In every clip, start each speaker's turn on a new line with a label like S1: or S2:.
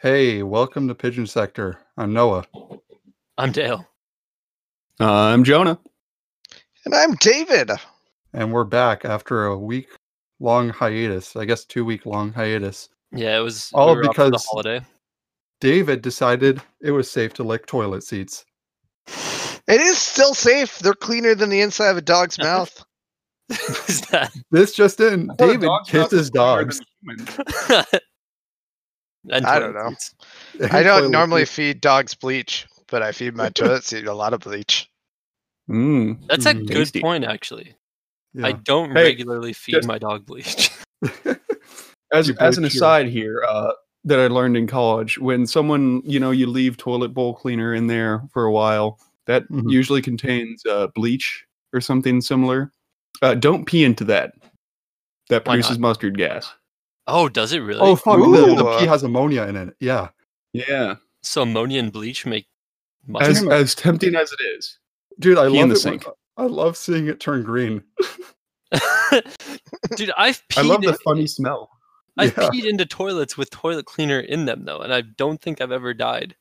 S1: Hey, welcome to Pigeon Sector. I'm Noah.
S2: I'm Dale.
S3: I'm Jonah.
S4: And I'm David.
S1: and we're back after a week long hiatus. I guess two week long hiatus.
S2: Yeah, it was
S1: All
S2: we were off for
S1: because-
S2: the holiday.
S1: David decided it was safe to lick toilet seats.
S4: It is still safe. They're cleaner than the inside of a dog's mouth.
S2: Is that-
S1: This just in:
S3: thought a
S1: David
S3: dog's mouth
S1: kisses
S3: was bigger
S1: dogs.
S2: And
S4: I don't
S2: toilet
S4: know.
S2: seats.
S4: I
S1: Toilet
S4: don't normally
S1: seats.
S4: feed dogs bleach, but I feed my toilet seat a lot of bleach.
S3: Mm.
S2: That's a
S1: Mm,
S2: good
S3: tasty.
S2: point, actually. I
S1: Yeah.
S2: don't
S3: Hey,
S2: regularly feed
S3: just-
S2: my dog bleach.
S3: As
S1: You
S3: as an
S1: bleach your-
S3: aside here, uh, that I learned in college, when someone you know you leave toilet bowl cleaner in there for a while, that
S1: Mhm.
S3: usually contains uh, bleach or something similar. Uh, don't pee into that. That
S2: Why not?
S3: produces mustard gas.
S2: oh, does it really?
S1: Oh fuck! The, the
S4: Ooh.
S1: pee has ammonia in it. Yeah,
S3: Yeah,
S2: So ammonia and bleach make
S3: as
S2: mustard.
S3: as tempting as it is.
S1: dude, I
S3: Pee
S1: love
S3: in the
S1: it when-
S3: sink.
S1: I love seeing it turn green.
S2: Dude, I've peed
S3: I love the
S2: in-
S3: funny smell.
S2: I've
S1: Yeah.
S2: peed into toilets with toilet cleaner in them though, and I don't think I've ever died.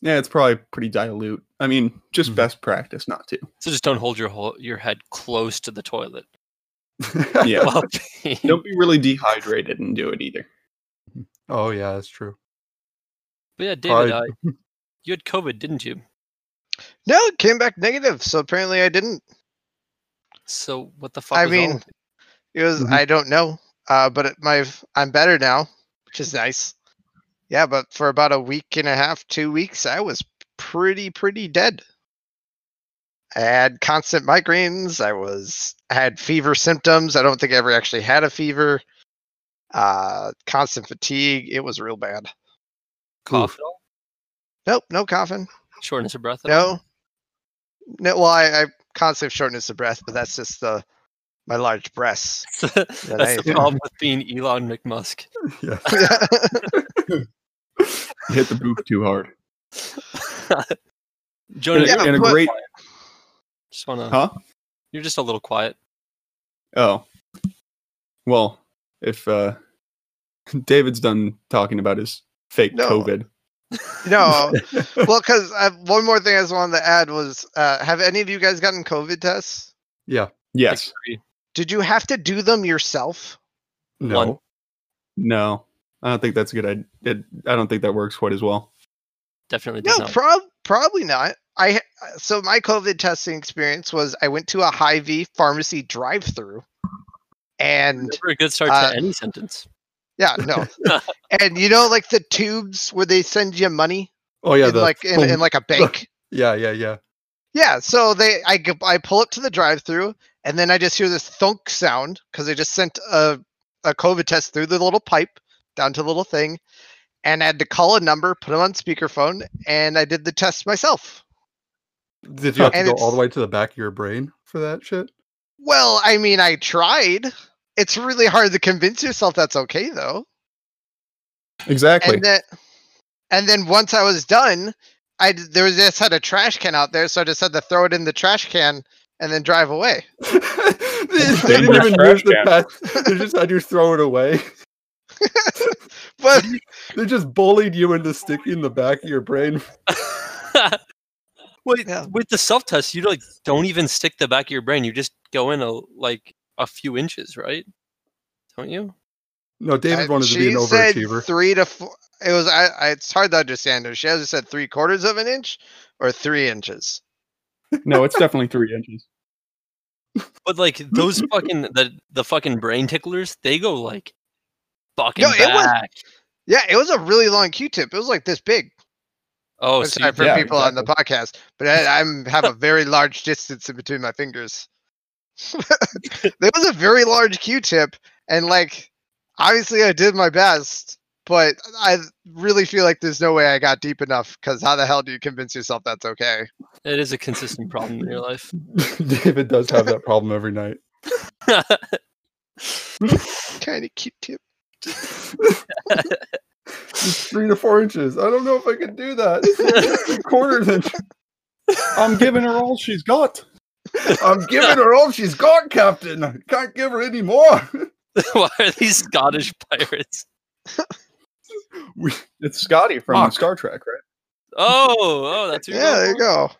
S3: Yeah, it's probably pretty dilute. I mean, just
S1: Mhm.
S3: best practice not to.
S2: So just don't hold your whole, your head close to the toilet.
S3: Yeah,
S2: While peeing.
S3: don't be really dehydrated and do it either.
S1: Oh yeah, that's true.
S2: But yeah, David,
S1: I-
S2: I, you had COVID, didn't you?
S4: No, it came back negative, so apparently I didn't.
S2: So what the fuck?
S4: I
S2: was wrong
S4: mean,
S2: with
S4: It was
S1: Mhm.
S4: I don't know, uh, but it, my I'm better now, which is nice. Yeah, but for about a week and a half, two weeks, I was pretty pretty dead. I had constant migraines. I was I had fever symptoms. I don't think I ever actually had a fever. Uh, constant fatigue. It was real bad.
S2: cough
S1: Oof.
S2: at all?
S4: Nope, no coughing.
S2: Shortness of breath? at all?
S4: No. No, well, I, I constantly have shortness of breath, but that's just the my large breasts.
S2: That's
S4: I-
S2: the problem with being Elon McMusk.
S1: Yeah.
S3: You hit the boob too hard.
S2: Jonah,
S4: Yeah,
S3: and a
S4: but-
S3: great
S2: just wanna.
S3: Huh?
S2: You're just a little quiet.
S3: Oh. Well, if uh David's done talking about his fake
S4: No.
S3: COVID.
S4: no, well, because one more thing I just wanted to add was: uh, Have any of you guys gotten COVID tests?
S1: Yeah.
S2: Like,
S3: Yes.
S2: three-
S4: Did you have to do them yourself?
S1: No.
S2: One.
S3: No. I don't think that's a good idea. It, I don't think that works quite as well.
S2: Definitely does
S4: No,
S2: not.
S4: prob probably not. I ha- so my COVID testing experience was I went to a high V pharmacy drive-through, and
S2: Never a good start
S4: uh,
S2: to any sentence.
S4: yeah, no, and you know, like the tubes where they send you money,
S1: Oh yeah.
S4: in,
S1: The,
S4: like in, in like a bank.
S1: yeah, yeah, yeah.
S4: Yeah, so they I g- I pull up to the drive-through and then I just hear this thunk sound cuz they just sent a a covid test through the little pipe down to the little thing and I had to call a number, put them on speakerphone and I did the test myself.
S1: Did you have to
S4: And
S1: go all
S4: it's-
S1: the way to the back of your brain for that shit?
S4: Well, I mean, I tried. It's really hard to convince yourself that's okay though.
S3: Exactly.
S4: And then and then once I was done, I d- there was just had a trash can out there, so I just had to throw it in the trash can and then drive away.
S1: they didn't
S3: Dangerous
S1: even
S3: trash
S1: use the
S3: can.
S1: past. They just had you throw it away.
S4: But
S1: They just bullied you into sticking the back of your brain.
S2: Wait,
S4: Yeah.
S2: with the self test, you like don't even stick the back of your brain. You just go in a like a few inches, right? Don't you?
S1: No, David
S4: I-
S1: wanted to be an
S4: Uh, she said
S1: overachiever.
S4: Three to four. It was. I, I. It's hard to understand her. She either said three quarters of an inch or three inches.
S3: no, it's definitely three inches.
S2: But like
S4: Mm-hmm.
S2: those fucking the the fucking brain ticklers, they go like fucking
S4: No, it was-
S2: back.
S4: Yeah, it was a really long Q-tip. It was like this big.
S2: Oh,
S4: I'm
S2: so
S4: sorry
S2: you-
S4: for
S3: yeah,
S4: people on the podcast, but I, I'm have a very large distance in between my fingers. there was a very large Q-tip, and like, obviously, I did my best, but I really feel like there's no way I got deep enough. Because how the hell do you convince yourself that's okay?
S2: it is a consistent problem in your life.
S1: David does have that problem every night.
S4: Kind of Q-tip.
S1: It's three to four inches. I don't know if I can do that. It's three quarters inch.
S3: I'm giving her all she's got.
S1: I'm giving her all she's got, Captain. I can't give her any more.
S2: Why are these Scottish pirates?
S3: We- it's Scotty from
S1: Fuck.
S3: Star Trek, right?
S2: Oh, oh, that's who
S4: Yeah, there you go.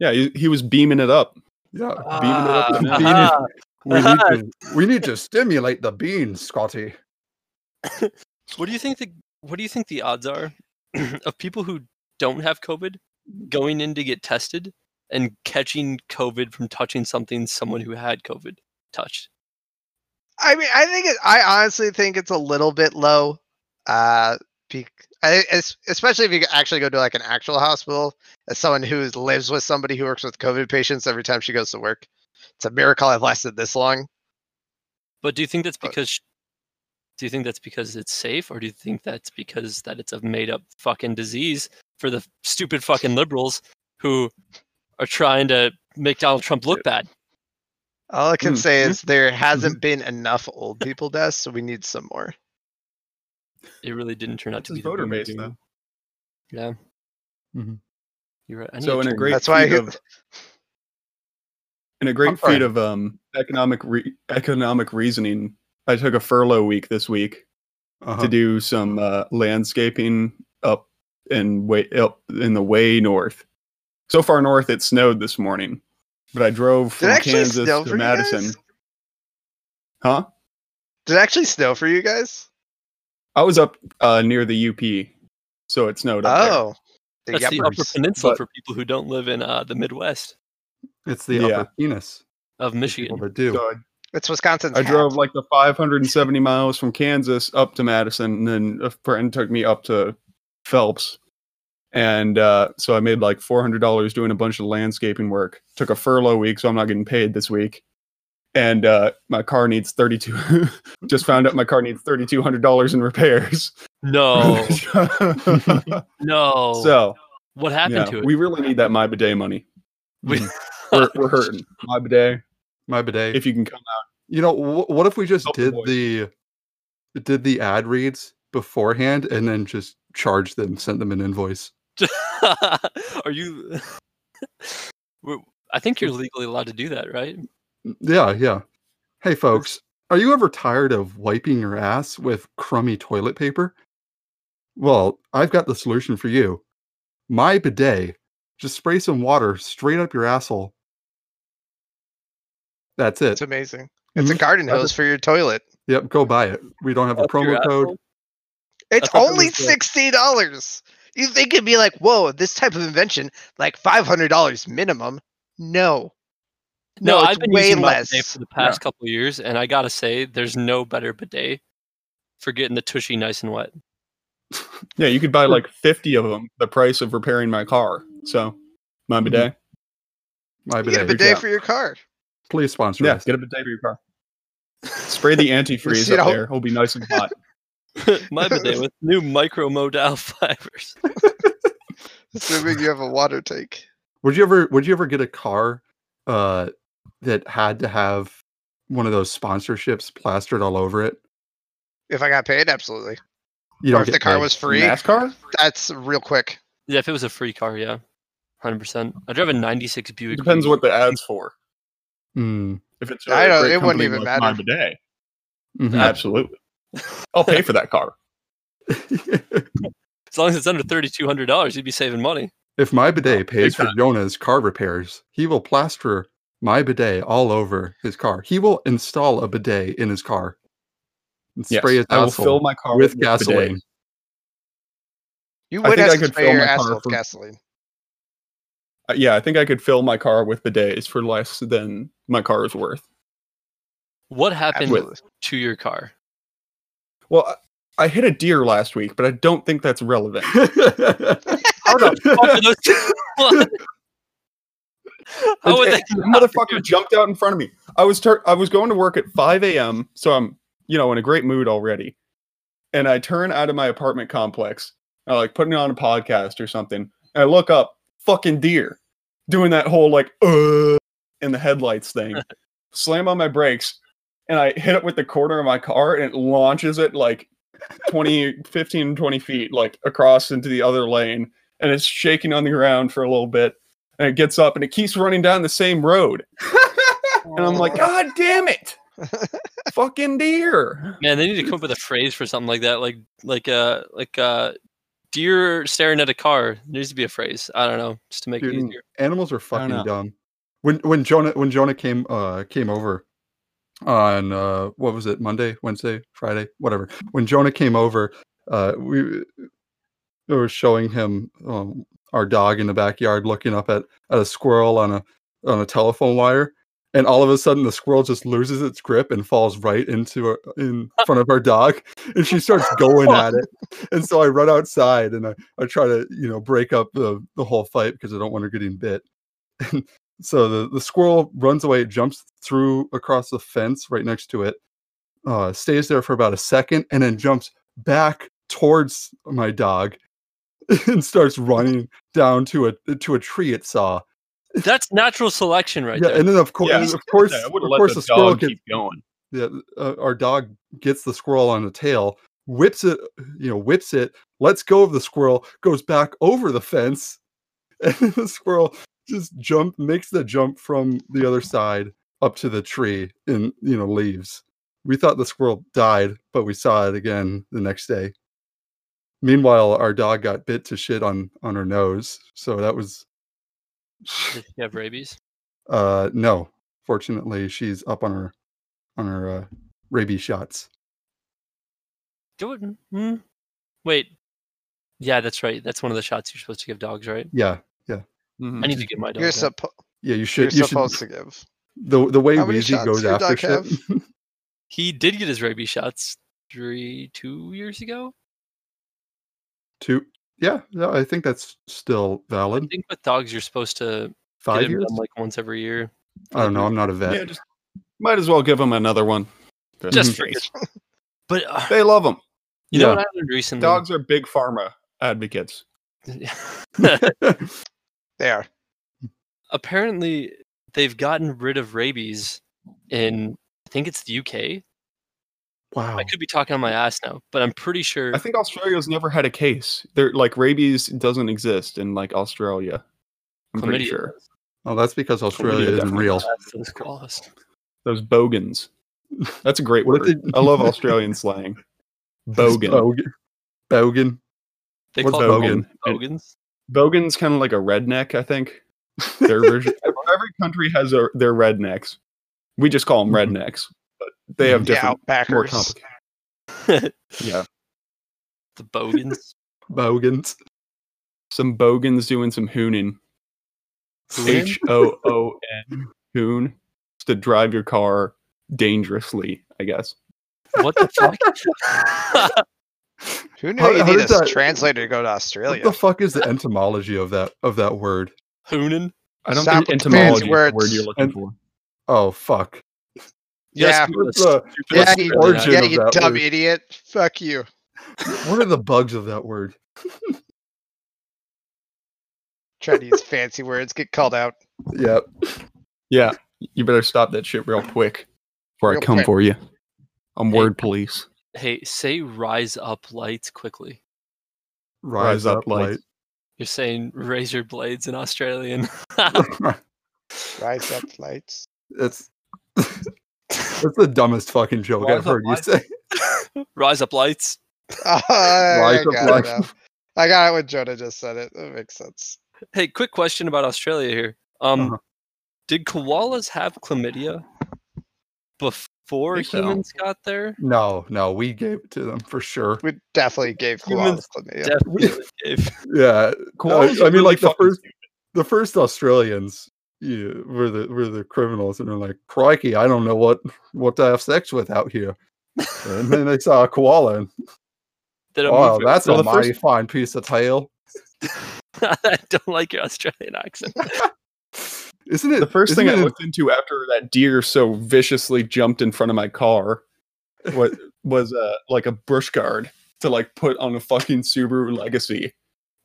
S3: Yeah, he, he was beaming it up.
S1: Yeah.
S2: Ah,
S3: beaming it up.
S2: aha.
S1: We need, to, we need to stimulate the beans, Scotty.
S2: What do you think the What do you think the odds are of people who don't have COVID going in to get tested and catching COVID from touching something someone who had COVID touched?
S4: I mean, I think it, I honestly think it's a little bit low. Uh, be, I, es- especially if you actually go to like an actual hospital as someone who is- lives with somebody who works with COVID patients every time she goes to work. It's a miracle I've lasted this long.
S2: But do you think that's
S4: Uh,
S2: because? sh- Do you think that's because it's safe, or do you think that's because that it's a made up fucking disease for the stupid fucking liberals who are trying to make Donald Trump look bad?
S4: All I can
S3: Mm,
S4: say is there
S3: Mm-hmm.
S4: hasn't been enough old people deaths, so we need some more.
S2: It really didn't turn out to be
S3: That's his
S2: the
S3: voter
S2: boom
S3: base,
S2: boom.
S3: though.
S2: Yeah.
S1: Mhm.
S2: You're right. I need
S3: So
S2: to
S3: in a
S2: turn-
S3: great
S4: That's why
S3: feat
S4: I-
S3: of in a great
S1: I'm sorry.
S3: feat of um economic re- economic reasoning, I took a furlough week this week
S1: Uh-huh.
S3: to do some uh, landscaping up and way up in the way north. So far north, it snowed this morning, but I drove
S4: Did it
S3: from
S4: actually
S3: Kansas
S4: snow for
S3: to
S4: you guys?
S3: Madison. Huh?
S4: Did it actually snow for you guys?
S3: I was up uh, near the UP, so it snowed. Up there.
S4: Oh, the
S2: That's the Upper
S4: yuppers.
S2: Peninsula
S3: but-
S2: for people who don't live in uh, the Midwest
S1: It's the
S3: Yeah.
S1: upper penis.
S2: of
S1: People
S2: Michigan.
S1: that do.
S4: Oh.
S3: So I
S4: It's Wisconsin's.
S3: I
S4: hat.
S3: drove like the 570 miles from Kansas up to Madison, and then a friend took me up to Phelps. And uh, so I made like $400 doing a bunch of landscaping work. Took a furlough week, so I'm not getting paid this week. And uh, my car needs 32. just found out my car needs $3,200 in repairs.
S2: No, no.
S3: so
S2: Oh. what happened
S3: yeah,
S2: to it?
S3: we really need that my bidet money.
S2: We-
S3: We're, we're hurting. My bidet,
S1: My bidet.
S3: if you can come
S1: You know, wh- what if we just
S3: Help the
S1: did
S3: boys.
S1: the did the ad reads beforehand and then just charged them, sent them an invoice?
S2: Are you? We're- I think you're legally allowed to do that, right?
S1: Mm, Yeah, yeah. Hey folks, are you ever tired of wiping your ass with crummy toilet paper? Well, I've got the solution for you. My bidet. Just spray some water straight up your asshole. That's it.
S4: It's amazing. It's a
S1: Mhm.
S4: garden
S1: That's
S4: hose for your toilet.
S1: Yep, go buy it. We don't have a
S2: Up your
S1: promo code.
S2: asshole?
S4: It's
S2: thought that
S4: only
S2: was the-
S4: sixty dollars. You think it'd be like, whoa, this type of invention, like five hundred dollars minimum? No,
S2: No,
S4: No,
S2: I've
S4: it's
S2: been
S4: way
S2: using my bidet
S4: less.
S2: for the past couple of years, and I gotta say, there's no better bidet for getting the tushy nice and wet.
S3: Yeah, you could buy like 50 of them the price of repairing my car. So, my
S1: Mhm.
S4: Mm-hmm.
S3: bidet.
S1: My
S4: you get
S1: bidet.
S4: a bidet
S3: yeah.
S4: for your car.
S1: Please sponsor
S3: Yeah,
S1: us.
S3: get a bidet for your car. Spray the antifreeze
S4: You
S3: up
S4: know-
S3: there. It'll be nice and hot.
S2: My bidet with new micro modal fibers.
S4: Assuming you have a water tank.
S1: Would you ever would you ever get a car uh that had to have one of those sponsorships plastered all over it?
S4: If I got paid, absolutely.
S1: You
S4: Or if
S1: get
S4: the car
S1: paid.
S4: was free,
S3: NASCAR?
S4: that's real quick.
S2: Yeah, if it was a free car, yeah, hundred percent. I drive a '96 Buick.
S3: It depends
S2: Regal.
S3: what the ad's for.
S1: Mm,
S3: If it's
S4: I
S3: a
S4: don't-
S3: great
S4: it wouldn't
S3: company
S4: even
S3: like My
S4: matter.
S3: bidet.
S4: Uh,
S1: mhm.
S3: Absolutely. I'll pay for that car.
S1: mm-hmm.
S2: As long as it's under thirty-two hundred dollars, you'd be saving money.
S1: if
S4: oh,
S1: my bidet pays for
S3: time.
S1: Jonah's car repairs, he will plaster my bidet all over his car. He will install a bidet in his car and
S3: Yes.
S1: spray his
S3: I will
S1: asshole
S3: fill my car
S1: with
S3: bidet.
S1: gasoline.
S4: You
S3: I
S4: would
S3: think I
S4: have to
S3: could
S4: spray
S3: fill
S4: your
S3: my car
S4: asshole with
S3: for-
S4: gasoline.
S3: Uh, Yeah, I think I could fill my car with bidets for less than my car is worth.
S2: What happened
S4: Absolutely.
S2: to your car?
S3: Well, I- I hit a deer last week, but I don't think that's relevant.
S1: How
S2: What
S1: the
S2: are those- What? How
S3: It-
S2: would they
S3: it- the motherfucker jumped out in front of me. I was tur- I was going to work at 5 a.m. So I'm, you know, in a great mood already. And I turn out of my apartment complex, uh, like putting on a podcast or something. And I look up, fucking deer, doing that whole like uh in the headlights thing. Slam on my brakes, and I hit it with the corner of my car, and it launches it like 20, 15, 20 feet, like across into the other lane. And it's shaking on the ground for a little bit and it gets up and it keeps running down the same road. and I'm like, God damn it. fucking deer.
S2: Man, they need to come up with a phrase for something like that, like like uh like uh deer staring at a car. There needs to be a phrase. I don't know, just to make it
S1: Dude,
S2: easier.
S1: animals are
S3: know.
S1: fucking dumb. When when Jonah when Jonah came uh came over on uh what was it Monday Wednesday Friday whatever when Jonah came over uh we, we were showing him um, our dog in the backyard looking up at at a squirrel on a on a telephone wire and all of a sudden the squirrel just loses its grip and falls right into our, in front of our dog and she starts going at it and so I run outside and I, I try to, you know, break up the, the whole fight because I don't want her getting bit. And so the, the squirrel runs away, jumps through across the fence right next to it, uh, stays there for about a second, and then jumps back towards my dog and starts running down to a to a tree it saw.
S2: That's natural selection right
S1: yeah,
S2: there.
S1: and then of course,
S3: Yeah, I
S1: of course,
S3: I
S1: of
S3: would let
S1: course,
S3: the,
S1: the squirrel
S3: dog
S1: gets
S3: keep going.
S1: yeah, uh, our dog gets the squirrel on the tail, whips it, you know, whips it, lets go of the squirrel, goes back over the fence, and then the squirrel just jump makes the jump from the other side up to the tree and you know leaves. We thought the squirrel died, but we saw it again the next day. Meanwhile, our dog got bit to shit on on her nose, so that was
S2: Does she have rabies?
S1: uh no. Fortunately, she's up on her on her uh, rabies shots.
S2: Do it. Hmm. Wait. Yeah, that's right. That's one of the shots you're supposed to give dogs, right?
S1: Yeah,
S3: Mm-hmm.
S2: I need to give my dog.
S4: You're,
S2: that.
S4: suppo-
S1: Yeah, you should.
S4: you're
S1: You should.
S4: supposed to give.
S1: The the way
S4: How many
S1: Wheezy
S4: shots
S1: goes
S4: your
S1: after
S4: dog
S1: shit.
S4: have?
S2: he did get his rabies shots three, two years ago.
S1: Two. Yeah, no, I think that's still
S2: I
S1: valid.
S2: think with dogs, you're supposed to get
S1: Five
S2: them
S1: years.
S2: done like once every year.
S1: I don't know. I'm not a vet.
S3: Yeah, just might as well give them another one.
S2: Just
S3: in
S2: for
S3: case. Mm-hmm.
S2: But uh,
S3: they love them.
S2: you know
S1: Yeah.
S2: what I learned recently?
S3: Dogs are big pharma advocates.
S4: There.
S2: apparently they've gotten rid of rabies in I think it's the UK.
S1: wow.
S2: I could be talking on my ass now, but I'm pretty sure
S3: Oh. I think Australia's never had a case. They're like rabies doesn't exist in like Australia. I'm pretty
S2: chlamydia
S3: sure
S2: does.
S1: Oh, that's because Australia isn't
S3: definitely
S1: real.
S2: That's those koalas.
S3: those bogans. That's a great
S1: What if
S3: word.
S1: they-
S3: I love Australian slang. Bogan.
S1: Bogan. Bogan.
S2: They
S3: What's
S2: call them
S3: bogan?
S2: bogans.
S3: Bogan's kind of like a redneck, I think. Their version. every country has a, their rednecks. We just call them rednecks, but they have
S4: Mm-hmm. Yeah,
S3: different, more
S4: outbackers.
S3: complicated.
S2: the
S3: Yeah,
S2: bogans.
S1: Bogans.
S3: some bogans doing some hooning.
S2: Hooning?
S3: H O O N hoon It's to drive your car dangerously, I guess.
S2: what the fuck?
S4: Who knew
S1: How-
S4: you
S1: how
S4: need a
S1: does that-
S4: translator to go to
S1: What
S4: Australia?
S1: the fuck is the entomology of that of that word?
S2: Hoonin?
S3: I don't
S4: Stop
S3: think
S4: with the
S3: entomology
S4: fancy
S3: is the word
S4: words.
S3: you're looking
S1: And-
S3: for.
S1: Oh fuck.
S4: Yeah.
S2: you were
S1: What's the-
S2: stupidest
S4: yeah,
S1: the
S4: you,
S2: Australian
S1: origin
S4: yeah,
S1: of
S4: you
S1: that
S4: dumb
S1: word?
S4: idiot. Fuck you.
S1: What are the bugs of that word?
S4: Try to use fancy words. Get called out.
S1: Yep.
S3: Yeah, you better stop that shit real quick before
S4: Real
S3: I come
S4: quick.
S3: for you. I'm
S2: Hey.
S3: word police.
S2: Hey, say rise up lights quickly.
S1: Rise, up, light.
S2: You're saying razor blades in Australian.
S4: Rise up, lights.
S1: that's that's the dumbest fucking joke
S2: Rise
S1: I've
S2: up
S1: heard you
S2: light.
S1: say.
S2: rise up lights.
S4: Oh,
S1: Rise
S4: I,
S1: up,
S4: got it
S1: lights.
S4: now. I got it when Jonah just said it. That makes sense.
S2: Hey, quick question about Australia here. Um,
S1: Uh-huh.
S2: did koalas have chlamydia before
S3: Think so.
S2: humans got there?
S1: No, no, we gave it to them for sure.
S4: We definitely gave koalas
S2: Humans
S4: chlamydia.
S2: Definitely. if-
S1: Yeah, I,
S3: Koalas
S1: I
S3: are
S1: mean, like
S3: really
S1: the
S3: fucking
S1: first, the first Australians yeah, were the were the criminals, and they're like, "Crikey, I don't know what what to have sex with out here." And then they saw a koala, and
S2: they don't
S1: oh,
S2: move
S1: that's
S3: Well,
S1: a
S3: the
S1: mighty
S3: first-
S1: fine piece of tail.
S2: very- I don't like your Australian accent.
S1: Isn't it
S3: The 1st
S1: isn't
S3: thing I
S1: it-
S3: looked into after that deer so viciously jumped in front of my car was, was uh, like a bush guard to like put on a fucking Subaru Legacy.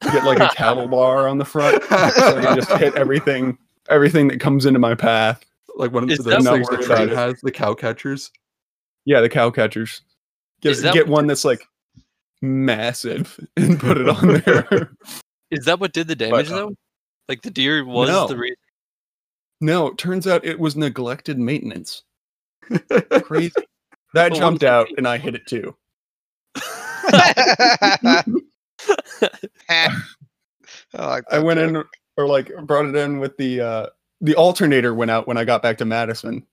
S3: Get like a cattle bar on the front so I can just hit everything, everything that comes into my path.
S1: like one
S2: Is
S1: of
S2: that
S1: those things
S3: what
S1: that
S3: it
S1: Crane
S3: is?
S1: has the cow catchers?
S3: Yeah, the cow catchers. Get,
S2: Is that
S3: get
S2: what
S3: one that's like massive and put it on there.
S2: Is that what did the damage
S3: uh,
S2: though? Like the deer was
S3: no.
S2: the reason.
S3: no, it turns out it was neglected maintenance. Crazy. That
S2: But
S3: jumped
S2: once I
S3: out
S2: think-
S3: and I hit it too.
S4: Oh, I like
S3: I
S4: that
S3: went
S4: joke.
S3: in or like brought it in with the uh the alternator went out when I got back to Madison.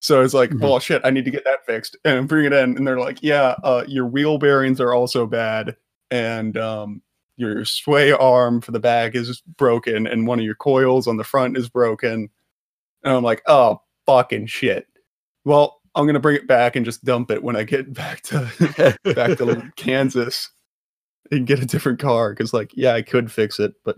S3: So it's like,
S1: Mhm.
S3: oh shit, I need to get that fixed and bring it in. And they're like, yeah, uh, your wheel bearings are also bad, and um, your sway arm for the back is broken, and one of your coils on the front is broken. And I'm like, oh fucking shit. Well, I'm gonna bring it back and just dump it when I get back to back to Kansas and get a different car because, like, yeah, I could fix it, but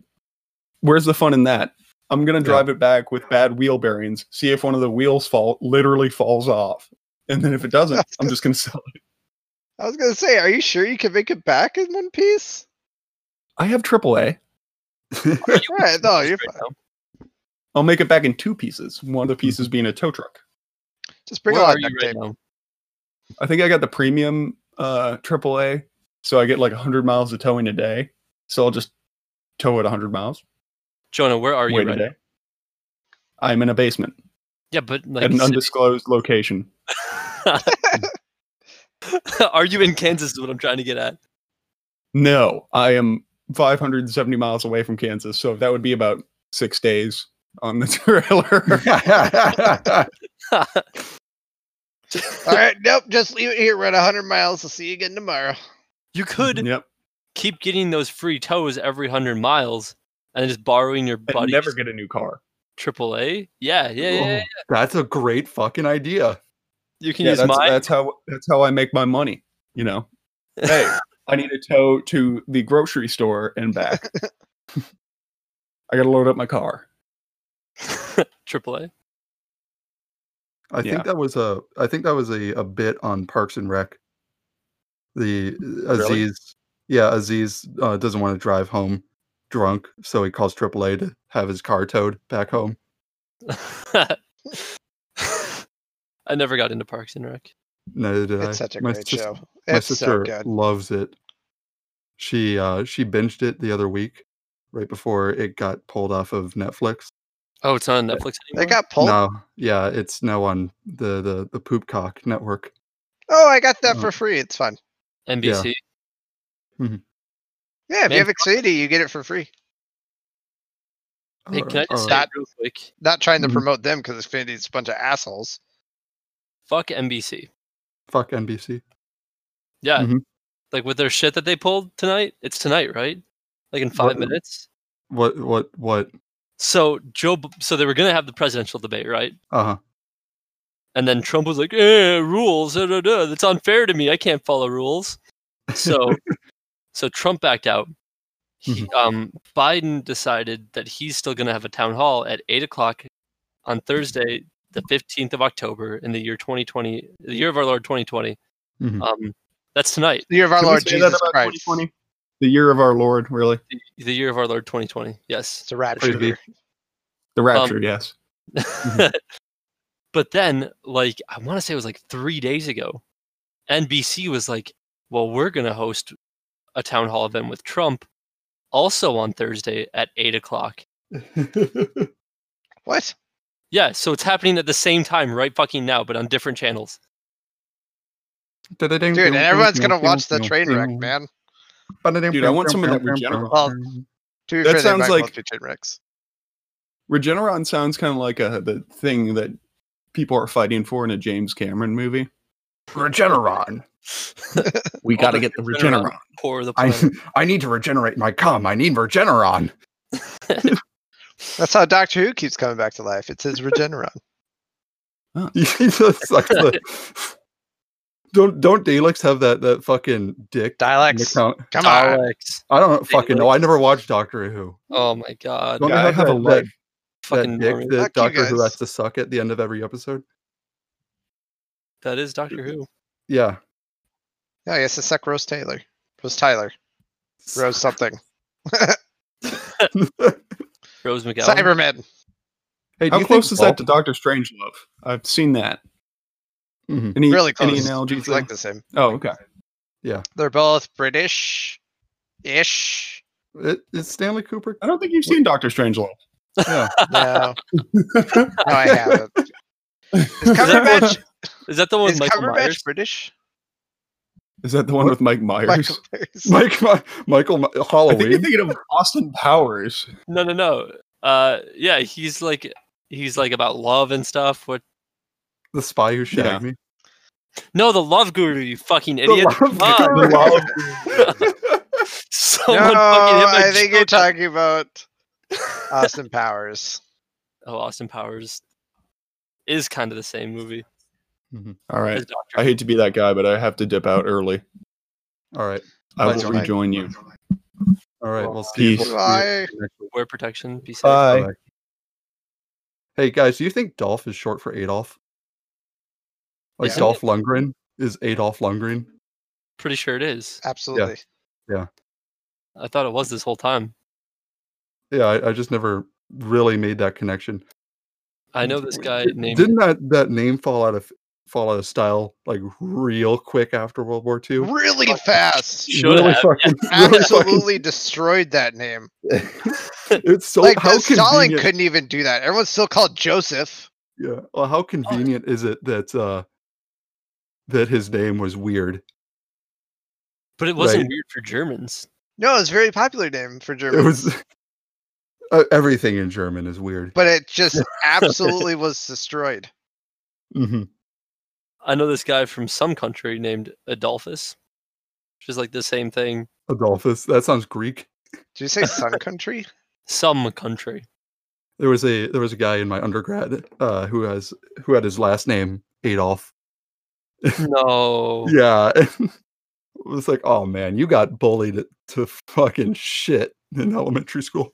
S3: where's the fun in that? I'm gonna
S1: Yeah.
S3: drive it back with bad wheel bearings, see if one of the wheels fall literally falls off, and then if it doesn't, I'm just gonna sell it.
S4: I was gonna say, are you sure you can make it back in one piece?
S3: I have AAA.
S4: Right, no, you're fine.
S3: I'll make it back in two pieces. One of the
S2: Mm-hmm.
S3: pieces being a tow truck.
S4: Just bring
S2: Where
S4: a lot
S2: are
S4: of
S2: you
S4: duct
S2: right
S4: tape.
S2: now?
S3: I think I got the premium uh, AAA, so I get like 100 miles of towing a day. So I'll just tow it 100 miles.
S2: Jonah, where are you
S3: wait
S2: right
S3: a
S2: now?
S3: day. I'm in a basement
S2: Yeah, but like
S3: at an
S2: sit-
S3: undisclosed location.
S2: Are you in Kansas? Is what I'm trying to get at.
S3: No, I am 570 miles away from Kansas, so that would be about six days on the trailer.
S4: All right, nope, just leave it here. Run 100 miles. I'll see you again tomorrow.
S2: You could
S3: Yep,
S2: keep getting those free tows every hundred miles and just borrowing your
S3: and
S2: buddy's
S3: never get a new car.
S2: AAA. Yeah, yeah, yeah. yeah.
S1: That's a great fucking idea.
S2: You can
S3: Yeah,
S2: use
S3: that's,
S2: mine.
S3: that's how that's how I make my money. You know, hey, I need a tow to the grocery store and back. I got to load up my car.
S2: AAA.
S1: I
S3: Yeah.
S1: think that was a I think that was a, a bit on Parks and Rec. The Aziz yeah, Aziz uh, doesn't want to drive home drunk, so he calls AAA to have his car towed back home.
S2: I never got into Parks and Rec.
S1: No, did I?
S4: It's such a
S1: My
S4: great
S1: sis-
S4: show.
S1: My
S4: It's so
S1: sister
S4: good.
S1: loves it. She uh she binged it the other week, right before it got pulled off of Netflix.
S2: Oh, it's not on Netflix
S4: They
S2: anymore.
S4: got pulled.
S1: No, yeah, it's now on the the the Poopcock network.
S4: Oh, I got that
S1: No.
S4: for free. It's fun.
S2: NBC.
S4: Yeah, if
S2: Man,
S4: you have Xfinity, you get it for free.
S2: Hey, can I just
S1: Alright,
S2: say
S1: alright.
S2: real quick?
S4: Not trying to
S1: Mhm.
S3: Mm-hmm.
S4: promote them because Xfinity's a bunch of assholes.
S2: Fuck NBC.
S1: fuck NBC?
S2: Yeah,
S3: Mm-hmm.
S1: Mhm.
S2: like with their shit that they pulled tonight. It's tonight, right? Like in five
S1: What-
S2: minutes.
S1: What what what?
S2: So Joe, B- so they were gonna have the presidential debate, right?
S1: Uh huh.
S2: And then Trump was like, eh, rules, da, da, da. that's unfair to me. I can't follow rules. So, so Trump backed out. He, um, Biden decided that he's still going to have a town hall at eight o'clock on Thursday, the fifteenth of October in the year twenty twenty, the year of our Lord twenty
S1: Mhm.
S2: Um, that's tonight,
S4: The year of our
S3: Can we
S4: Lord
S3: say that
S4: Jesus
S3: about
S4: Christ.
S3: 2020? The year of our Lord, really.
S2: the, the year of our Lord twenty twenty. Yes.
S4: It's a rapture.
S1: be.
S3: The
S2: Um,
S3: rapture, yes.
S1: Mm-hmm.
S2: but then, like, I want to say it was like three days ago, NBC was like, well, we're going to host a town hall event with Trump also on Thursday at eight o'clock.
S4: What?
S2: Yeah, so it's happening at the same time right fucking now, but on different channels.
S1: Dude,
S4: Dude, and everyone's going to watch the train wreck, man.
S3: Dude, I want some of that
S4: To be
S3: That
S4: fair, they
S3: sounds
S4: might
S3: like-
S4: both be train wrecks.
S3: Regeneron sounds kind of like a, the thing that people are fighting for in a James Cameron movie.
S1: Regeneron.
S3: We
S2: All the Regeneron. Pour the
S1: I
S2: planet.
S1: I need to regenerate my cum. I need Regeneron.
S4: That's how Doctor Who keeps coming back to life. It's his Regeneron.
S1: That's like the- don't don't Daleks have that that fucking dick? in the
S4: Dialects.
S1: count-
S4: Come on.
S2: Alex.
S1: I don't fucking know. I never watched Doctor Who.
S2: Oh my god.
S1: Don't
S3: Yeah,
S1: they
S3: I
S1: have,
S3: have
S1: that,
S3: a leg.
S1: that-
S2: fucking
S1: that dick
S2: Norman.
S1: that
S4: Fuck you
S1: Doctor Who
S4: guys.
S1: has to suck at the end of every episode?
S2: That is Doctor Who.
S1: Yeah.
S4: No, he has to suck Rose Taylor. Rose Tyler. Rose something.
S2: Rose McGowan.
S4: Cybermen.
S1: Hey, do
S3: How
S1: you
S3: close
S1: think
S3: is that
S1: Vulp-
S3: to Doctor Strangelove? I've seen that.
S2: Mm-hmm.
S1: Mhm.
S3: Any,
S4: Really close.
S3: Any analogies?
S4: It's like the same.
S3: there? Oh, okay.
S4: They're both British ish.
S1: It, is Stanley Kubrick?
S3: I don't think you've seen Doctor Strangelove.
S1: Yeah.
S4: No, no, I haven't. Is
S3: that
S4: Cumberbatch,
S2: Is that the one with
S4: Is
S2: Michael
S4: Cumberbatch
S2: Myers?
S4: British?
S3: Is that the one with Mike Myers?
S4: Michael Myers.
S1: Mike, Mi- Michael Mi-
S3: I think you're
S1: Halloween.
S3: thinking of Austin Powers.
S2: No, no, no. Uh, yeah, he's like he's like about love and stuff. What?
S1: The spy who shagged me.
S2: No, the love guru. You fucking
S1: The
S2: idiot.
S1: Love
S2: Ah,
S1: Guru.
S2: Someone
S4: No,
S2: fucking hit my
S4: I think you're
S2: joke.
S4: talking about Austin Powers.
S2: Oh, Austin Powers is kind of the same movie.
S3: All
S2: as
S3: right.
S2: Doctor.
S3: I hate to be that guy, but I have to dip out early.
S1: All right.
S3: I
S1: That's
S3: will
S1: all right.
S3: rejoin you.
S1: All right. We'll see.
S3: Peace.
S1: you- Bye.
S4: Why?
S2: Wear protection. Be safe.
S1: Uh,
S3: Bye.
S1: Hey guys, do you think Dolph is short for Adolf? Like
S2: Isn't
S1: Dolph Lundgren is Adolf Lundgren.
S2: Pretty sure it is.
S4: Absolutely.
S2: I thought it was this whole time.
S1: Yeah, I, I just never really made that connection.
S2: I know this guy
S1: Did-
S2: named.
S1: Didn't that that name fall out of fall out of style like real quick after World War II?
S4: Really fast.
S2: Should
S1: really
S2: have.
S1: fucking, really fucking-
S4: Absolutely destroyed that name.
S1: it's so
S4: Like
S1: how
S4: Stalin
S1: convenient.
S4: couldn't even do that. Everyone's still called Joseph.
S1: Yeah. Well, how convenient is it that uh that his name was weird?
S2: But it wasn't
S1: Right.
S2: weird for Germans.
S4: No, it's a very popular name for
S1: It
S4: German.
S1: was uh, everything in German is weird.
S4: But it just absolutely was destroyed.
S1: hmm
S2: I know this guy from some country named Adolphus, which is like the same thing.
S1: Adolphus. That sounds Greek.
S4: Did you say Sun Country?
S2: Some country.
S1: There was a there was a guy in my undergrad uh, who has who had his last name Adolf.
S2: No.
S1: Yeah, and it was like, oh man, you got bullied to fucking shit in elementary school.